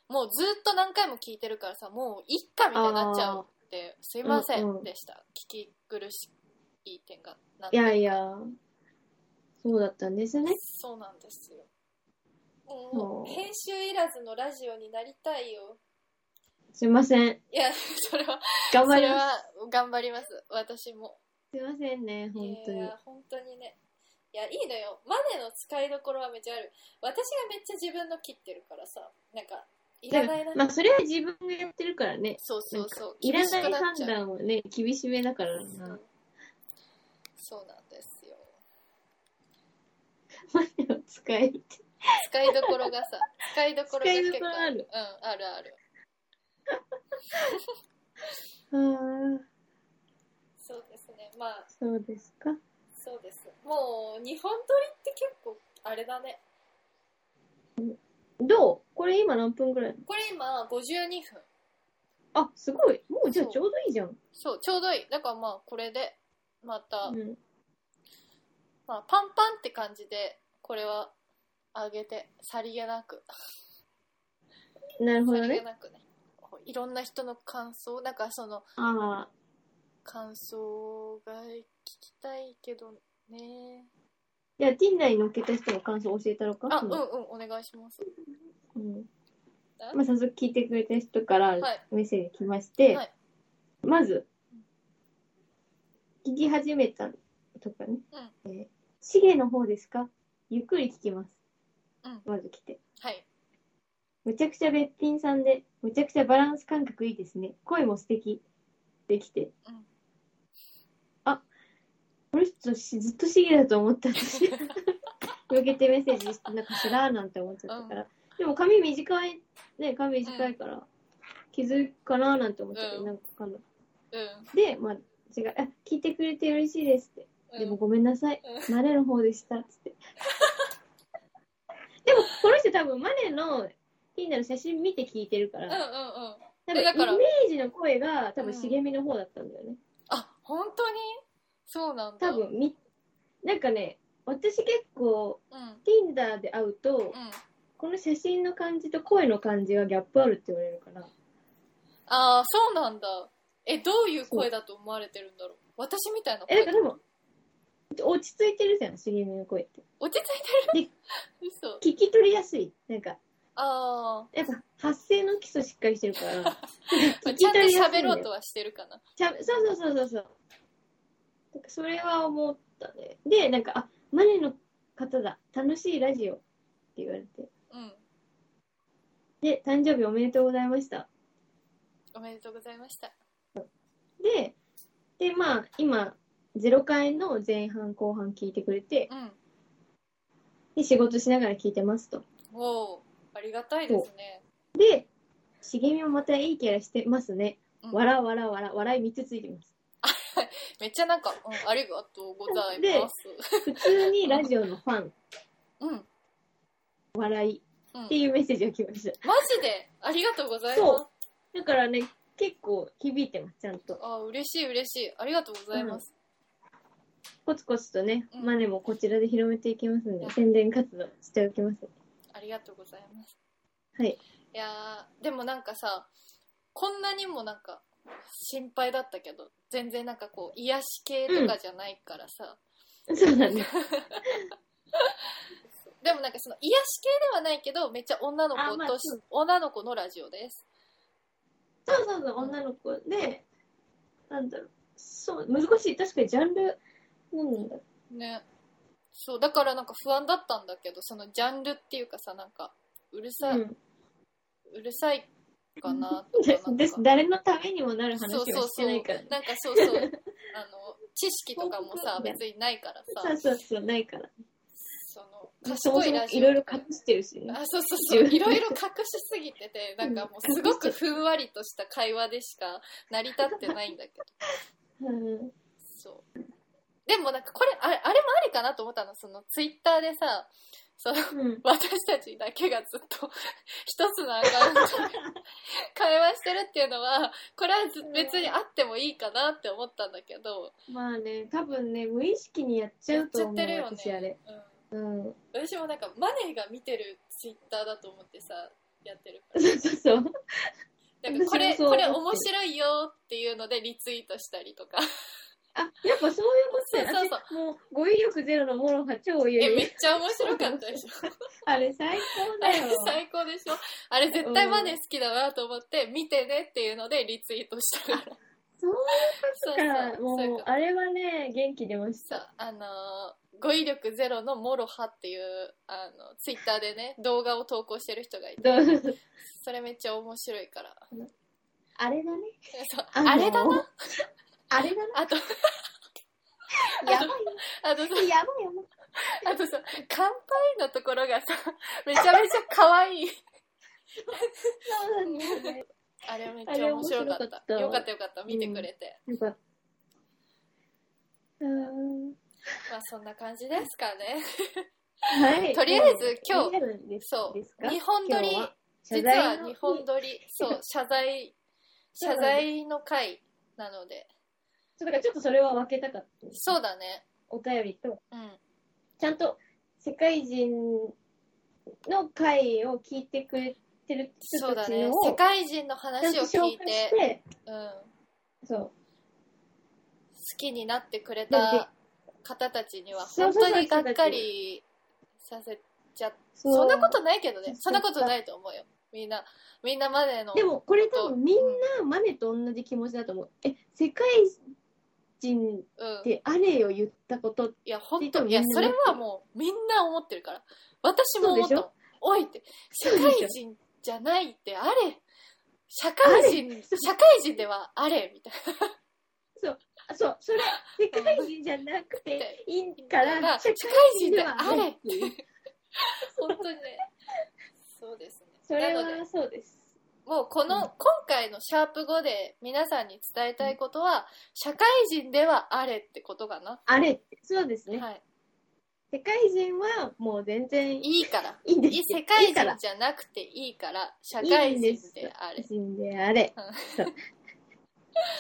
Speaker 3: もうずっと何回も聞いてるからさもういっかみたいになっちゃうってすいませ
Speaker 1: うんうん
Speaker 3: んでした、聞き苦しい点がな
Speaker 1: い
Speaker 3: んて
Speaker 1: やいや、そうだったんですね。
Speaker 3: そうなんですよ
Speaker 1: そ
Speaker 3: も
Speaker 1: う
Speaker 3: う編集いらずのラジオになりたいよ
Speaker 1: すいません。
Speaker 3: いや、 [laughs] それは、
Speaker 1: 頑
Speaker 3: そ
Speaker 1: 張り
Speaker 3: れ
Speaker 1: ます。
Speaker 3: は頑張ります。私も。
Speaker 1: すいませんね、本当
Speaker 3: い
Speaker 1: に
Speaker 3: や。本当にねいやいいのよマネの使いどころはめっちゃある私がめっちゃ自分の切ってるからさなんかいらないな、
Speaker 1: まあ、それは自分がやってるからね。
Speaker 3: そうそうそう
Speaker 1: いらない
Speaker 3: 厳しくっ
Speaker 1: 判
Speaker 3: ちゃう
Speaker 1: 断はね、厳しめだから
Speaker 3: そ
Speaker 1: な
Speaker 3: う。そうなんですよ
Speaker 1: マネを使えるって。
Speaker 3: 使いどころ
Speaker 1: [laughs]
Speaker 3: がさ使いどころが結構
Speaker 1: 使いど
Speaker 3: うんあるある
Speaker 1: ああ、
Speaker 3: そうですねまあ
Speaker 1: そうですか。
Speaker 3: そうですもう日本撮りって結構あれだね
Speaker 1: どうこれ今何分ぐらい
Speaker 3: これ今52分
Speaker 1: あ、すごい。もうじゃあちょうどいいじゃん。
Speaker 3: そうちょうどいいだからまあこれでまた、
Speaker 1: うん。
Speaker 3: まあ、パンパンって感じでこれは上げてさりげなく
Speaker 1: なるほ
Speaker 3: さ
Speaker 1: ど
Speaker 3: りげ
Speaker 1: ね。
Speaker 3: なくねいろんな人の感想なんかその
Speaker 1: ああ、
Speaker 3: 感想が聞きたいけどね
Speaker 1: じゃあ、ティン内に乗っけた人の感想教えたろうか。
Speaker 3: あうんうんお願いします
Speaker 1: うん
Speaker 3: あ
Speaker 1: まあ、早速聞いてくれた人から
Speaker 3: はい
Speaker 1: メッセージ来まして、
Speaker 3: はい
Speaker 1: まず、聞き始めたとかね、えーシゲの方ですかゆっくり聞きます。
Speaker 3: うん
Speaker 1: まず来て。
Speaker 3: はい
Speaker 1: むちゃくちゃべっぴんさんで、むちゃくちゃバランス感覚いいですね。声も素敵。できて。
Speaker 3: うん
Speaker 1: あ、この人しずっとシゲだと思った私。
Speaker 3: [laughs]
Speaker 1: 向けてメッセージしてんのかしらなんて思っちゃったから。でも髪短い、ね、髪短いから、気づくかななんて思っちゃって、
Speaker 3: うん
Speaker 1: なんかわかんない。
Speaker 3: う
Speaker 1: で、まあ、違う、あ、聞いてくれて嬉しいですって。
Speaker 3: ん
Speaker 1: でも
Speaker 3: うん
Speaker 1: ごめんなさい。マネの方でした。つって。 [laughs] でも、この人多分マネのティンダの写真見て聞いてるか
Speaker 3: うんうん
Speaker 1: ら、
Speaker 3: うん
Speaker 1: 多
Speaker 3: えだから
Speaker 1: 分イメージの声が多分茂みの方だったんだよね。
Speaker 3: あ本当にそうなんだ
Speaker 1: 多分み、なんかね、私結構
Speaker 3: うんうん
Speaker 1: Tinder で会うと、この写真の感じと声の感じがギャップあるって言われるから。
Speaker 3: ああそうなんだえどういう声だと思われてるんだろう私みたいな
Speaker 1: え、な
Speaker 3: 声
Speaker 1: んかでも、落ち着いてるじゃん、茂みの声って。
Speaker 3: 落ち着いてる嘘
Speaker 1: 聞き取りやすい。なんか、
Speaker 3: あ
Speaker 1: やっぱ発声の基礎しっかりしてる
Speaker 3: [laughs]
Speaker 1: から、
Speaker 3: あ
Speaker 1: 聞
Speaker 3: ち
Speaker 1: き
Speaker 3: ゃんと
Speaker 1: 取りやすい
Speaker 3: 喋
Speaker 1: んだ
Speaker 3: ろ
Speaker 1: よ
Speaker 3: うとはしてるかな
Speaker 1: ちゃそうそうそうそうそう。なんかそれは思ったね。で、なんか、あ、マネの方だ。楽しいラジオって言われて。
Speaker 3: うん
Speaker 1: で、誕生日おめでとうございました。
Speaker 3: おめでとうございました。
Speaker 1: で、で、まあ、今、ゼロ回の前半後半聞いてくれて、
Speaker 3: うん。
Speaker 1: で、仕事しながら聞いてますと。
Speaker 3: おお、ありがたいですね。
Speaker 1: で、茂みもまたいいキャラしてますね。
Speaker 3: うん
Speaker 1: 笑う笑う笑う笑い3つついてます。
Speaker 3: めっちゃなんか、うん、ありがとうございます。
Speaker 1: 普通にラジオのファン、
Speaker 3: うん。うん。
Speaker 1: 笑い
Speaker 3: マ
Speaker 1: って
Speaker 3: ジ
Speaker 1: いうメッセージが来ました。
Speaker 3: で、ありがとうございま
Speaker 1: そう
Speaker 3: す。
Speaker 1: だからね、結構響いてます、ちゃんと。
Speaker 3: あー嬉しい嬉しい。ありがとうございます。
Speaker 1: コツコツとね、
Speaker 3: うん
Speaker 1: マネもこちらで広めていきますん
Speaker 3: う
Speaker 1: で
Speaker 3: ん、
Speaker 1: 宣伝活動しておきます。
Speaker 3: ありがとうございます。
Speaker 1: はい。 [laughs]
Speaker 3: いやーでもなんかさ、こんなにもなんか、心配だったけど、全然なんかこう、癒し系とかじゃないからさ、
Speaker 1: そうなんです。
Speaker 3: でもなんかその、癒し系ではないけど、めっちゃ女の
Speaker 1: あ
Speaker 3: 子
Speaker 1: まあ
Speaker 3: とし、
Speaker 1: そう
Speaker 3: 女の子のラジオです。
Speaker 1: そうそうそう、女の子で、なんだろう、そう、難しい。確かにジャンル、なんなんだろ
Speaker 3: ねそうだからなんか不安だったんだけどそのジャンルっていうかさなんかうるさい、う
Speaker 1: う。
Speaker 3: るさいかな
Speaker 1: う
Speaker 3: と
Speaker 1: ん。
Speaker 3: か
Speaker 1: [laughs] で
Speaker 3: なんか
Speaker 1: です誰のためにもなる話
Speaker 3: そう
Speaker 1: は
Speaker 3: そう
Speaker 1: し
Speaker 3: そ
Speaker 1: て
Speaker 3: う
Speaker 1: ないからね。
Speaker 3: なんか
Speaker 1: [laughs]
Speaker 3: そうそうあの知識とかもさ
Speaker 1: 報告
Speaker 3: 別にないから
Speaker 1: そう
Speaker 3: さ
Speaker 1: そうそう、ないから。
Speaker 3: その
Speaker 1: そも
Speaker 3: 賢
Speaker 1: そ
Speaker 3: い
Speaker 1: も
Speaker 3: ラジオ
Speaker 1: いろいろ隠してるしね。
Speaker 3: あそうそうそう
Speaker 1: 自分で
Speaker 3: いろいろ隠しすぎててなんかもうすごくふんわりとした会話でしか成り立ってないんだけど
Speaker 1: うん。
Speaker 3: そうでもなんかこれあれあれもありかなと思ったのそのツイッターでさその
Speaker 1: [laughs] うん。
Speaker 3: 私たちだけがずっと一つのアカウントで会話してるっていうのはこれはず別にあってもいいかなって思ったんだけど
Speaker 1: まあね、多分ね、無意識にやっちゃうと思う、
Speaker 3: やっちゃって
Speaker 1: 私あ
Speaker 3: るよね
Speaker 1: れ。うん。 [laughs]
Speaker 3: うん、私もなんかマネーが見てるツイッターだと思ってさやってるから
Speaker 1: そうそうそう。
Speaker 3: なんかこれ
Speaker 1: 私もそう
Speaker 3: これ
Speaker 1: 思っ
Speaker 3: 面
Speaker 1: てる
Speaker 3: 白いよっていうのでリツイートしたりとか
Speaker 1: あ、やっぱそういうこ
Speaker 3: そうそうそう
Speaker 1: 私もう語彙力ゼロのモロハ超言
Speaker 3: え、
Speaker 1: え
Speaker 3: め
Speaker 1: る。
Speaker 3: っちゃ面白かったでしょ。
Speaker 1: あれ最高
Speaker 3: [laughs] あ
Speaker 1: だ [laughs]
Speaker 3: れ
Speaker 1: よ。
Speaker 3: [laughs] 最高でしょ。あれ絶対マネ好きだなと思って、見てねっていうのでリツイートしたから。
Speaker 1: そう
Speaker 3: そ
Speaker 1: か
Speaker 3: うそう
Speaker 1: ら、も
Speaker 3: そういう
Speaker 1: う
Speaker 3: こ、と
Speaker 1: あれはね、元気出まし
Speaker 3: そ
Speaker 1: た。
Speaker 3: う、あのー語彙力ゼロのモロハっていう、あの、ツイッター
Speaker 1: [laughs]
Speaker 3: でね、動画を投稿してる人がいて、
Speaker 1: どう
Speaker 3: それめっちゃ面白いから。
Speaker 1: あれだね。
Speaker 3: そう
Speaker 1: あの
Speaker 3: あれだな。
Speaker 1: あれだ
Speaker 3: あと、 [laughs]
Speaker 1: な。やばいよ。
Speaker 3: あとさ、
Speaker 1: やばいよ。
Speaker 3: あとさ、乾杯のところがさ、めちゃめちゃ可愛い。
Speaker 1: そうなんだよね。
Speaker 3: あれめっちゃ面白かった。
Speaker 1: あれ面白
Speaker 3: よ
Speaker 1: か
Speaker 3: か
Speaker 1: った
Speaker 3: ったよかった、見てくれて。
Speaker 1: よかった。うーん
Speaker 3: まあそんな感じですかね。
Speaker 1: はい。
Speaker 3: とりあえず今日
Speaker 1: 気になるんです
Speaker 3: そう
Speaker 1: ですか
Speaker 3: 日本撮
Speaker 1: 今
Speaker 3: り
Speaker 1: 日は謝
Speaker 3: 実
Speaker 1: 罪
Speaker 3: は
Speaker 1: の
Speaker 3: 日本撮り、そう、謝
Speaker 1: [laughs]
Speaker 3: 罪、謝罪の回なので。
Speaker 1: そうだからちょっとそれは分けたかった。
Speaker 3: そうだね。
Speaker 1: お便りと、
Speaker 3: うん。
Speaker 1: ちゃんと世界人の回を聞いてくれてる
Speaker 3: そ
Speaker 1: 人
Speaker 3: う
Speaker 1: た
Speaker 3: だ
Speaker 1: ち
Speaker 3: ね
Speaker 1: の。
Speaker 3: 世
Speaker 1: をち
Speaker 3: 界人の
Speaker 1: ゃん
Speaker 3: 話
Speaker 1: と
Speaker 3: を聞
Speaker 1: 紹
Speaker 3: い、
Speaker 1: 介してて、
Speaker 3: うん、好
Speaker 1: そう。
Speaker 3: きになってくれた方たちには、
Speaker 1: そう
Speaker 3: 本
Speaker 1: そう
Speaker 3: 当
Speaker 1: そう
Speaker 3: にがっかりさせちゃっ
Speaker 1: そ
Speaker 3: そんなことないけどね。
Speaker 1: そ
Speaker 3: そ
Speaker 1: うん
Speaker 3: なことないと思うよ。みんな、みんなまでの。
Speaker 1: でもこれ多分みん
Speaker 3: うん、
Speaker 1: なマネと同じ気持ちだと思う。え、世界人っ
Speaker 3: うん。
Speaker 1: てあれよ言ったことって
Speaker 3: いや、本
Speaker 1: で
Speaker 3: 当
Speaker 1: も
Speaker 3: いや、
Speaker 1: みん
Speaker 3: そ
Speaker 1: な
Speaker 3: れはもう、みんな思ってるから。私も思っ
Speaker 1: そ
Speaker 3: た
Speaker 1: う
Speaker 3: も
Speaker 1: で
Speaker 3: ん。おいって、社
Speaker 1: そうでしょ
Speaker 3: 会人じゃないって、あれ。社会人、社会人ではあれ、みたい
Speaker 1: あそう、それ、世界人じゃなく
Speaker 3: [laughs]
Speaker 1: ていいか
Speaker 3: だから
Speaker 1: ら、
Speaker 3: 世界人であれ
Speaker 1: っていう。
Speaker 3: な。本当にね。そうです
Speaker 1: そ
Speaker 3: ね。
Speaker 1: れ
Speaker 3: なので
Speaker 1: は、そうです。
Speaker 3: もうこの、
Speaker 1: うん
Speaker 3: 今回のシャープ5で皆さんに伝えたいことは、社会人ではあれってことかな。
Speaker 1: あれって、そうですね。
Speaker 3: はい。
Speaker 1: 世界人はもう全然い
Speaker 3: いいから。
Speaker 1: いんです
Speaker 3: い
Speaker 1: よ
Speaker 3: 世界
Speaker 1: いいから
Speaker 3: 人じゃなくていいから、社会人であれ。
Speaker 1: 人であれ
Speaker 3: うん。
Speaker 1: そう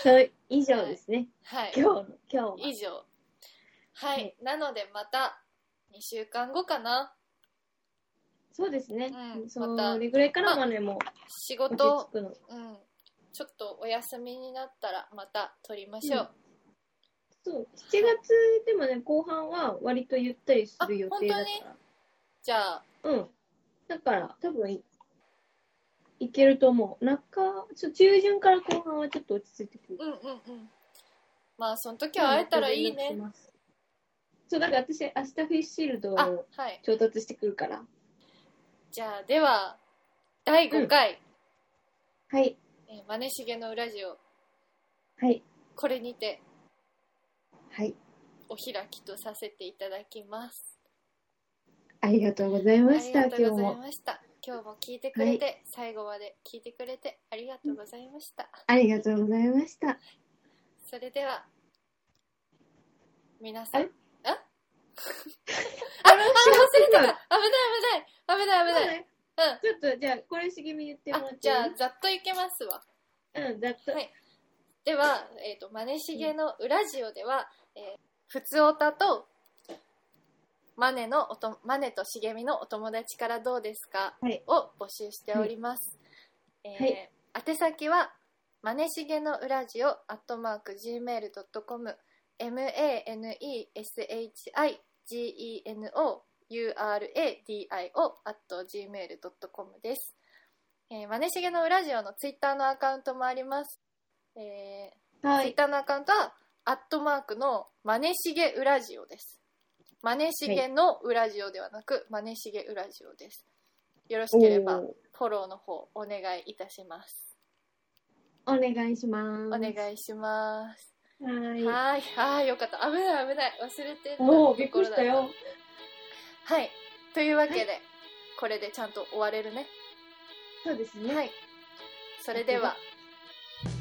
Speaker 1: そう以上ですね。
Speaker 3: [laughs] はい。
Speaker 1: 今日の、今日は。
Speaker 3: 以上。は。
Speaker 1: はい
Speaker 3: なのでまた2週間後かな。
Speaker 1: そうですね。
Speaker 3: うん
Speaker 1: そ
Speaker 3: また
Speaker 1: れぐらいからまでも
Speaker 3: 仕
Speaker 1: 落ち着
Speaker 3: 事、
Speaker 1: くの。
Speaker 3: うん。ちょっとお休みになったらまた撮りましょう。
Speaker 1: そう、7月でもね、後半は割とゆったりする予定だか
Speaker 3: あじゃあ、
Speaker 1: ら。うん。だから、多分い、いけると思う。中、ちょ中旬から後半はちょっと落ち着いてくる。
Speaker 3: うんうんうん。まあ、その時は会えたらいいね。。
Speaker 1: そう、だから私、明日フィッシュシールド
Speaker 3: あ
Speaker 1: を、
Speaker 3: はい。
Speaker 1: 調達してくるから。
Speaker 3: じゃあ、では、第5回、
Speaker 1: はい。
Speaker 3: えーマネしげのラジオ、
Speaker 1: はい。
Speaker 3: これにて
Speaker 1: はい。
Speaker 3: お開きとさせていただきます。
Speaker 1: ありがとうございました、
Speaker 3: あ
Speaker 1: 今
Speaker 3: り
Speaker 1: 日
Speaker 3: がとうござい
Speaker 1: も。
Speaker 3: ました。今日も聞いてくれて、最後まで聞いてくれてありがとうございました。
Speaker 1: ありがとうございました。
Speaker 3: それでは、皆さん。
Speaker 1: あ
Speaker 3: あ
Speaker 1: れ
Speaker 3: あ、あ [laughs] 忘れてた危ない危ない危ない危ない
Speaker 1: ちょっと、じゃあ、これ、しげみ言ってもらっ
Speaker 3: あ、
Speaker 1: ていい。
Speaker 3: じゃあ、ざっといけますわ。
Speaker 1: うん、だっと。
Speaker 3: はいでは、えー、とマネしげの裏ジオでは、えー、ふつおたとマネのおとマネとしげみのお友達からどうですか、
Speaker 1: はい
Speaker 3: を募集しております、えー
Speaker 1: はい
Speaker 3: 宛先はマネしげの裏ジオアットマーク Gmail.com maneshigenou.uradio アット gmail.com です、えー、マネしげの裏ジオのツイッターのアカウントもあります、えー、
Speaker 1: は
Speaker 3: ツイッ
Speaker 1: い。
Speaker 3: ターのアカウントは、アットマークの、マネしげウラジオです。マネしげのウラジオではなく、マネしげウラジオです。よろし
Speaker 1: お
Speaker 3: ければ、
Speaker 1: ー
Speaker 3: フォローの方、お願いいたします。
Speaker 1: お願いします。
Speaker 3: お願いします。
Speaker 1: はい。
Speaker 3: はーい、はーい、よかった。危ない、危ない。忘れてた
Speaker 1: おお、びっくりした
Speaker 3: ところだ
Speaker 1: よ
Speaker 3: っ。た。はい。というわけで、これでちゃんと終われるね。
Speaker 1: そうですね。
Speaker 3: はい。それでは、
Speaker 1: は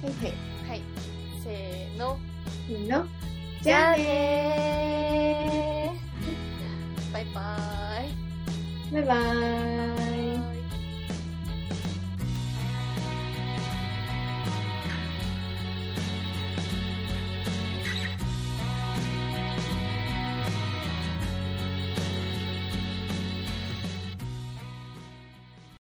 Speaker 1: いはい。
Speaker 3: はい。せーの。
Speaker 1: いいの
Speaker 3: じゃあねー。バイバーイ。
Speaker 1: バイバーイ。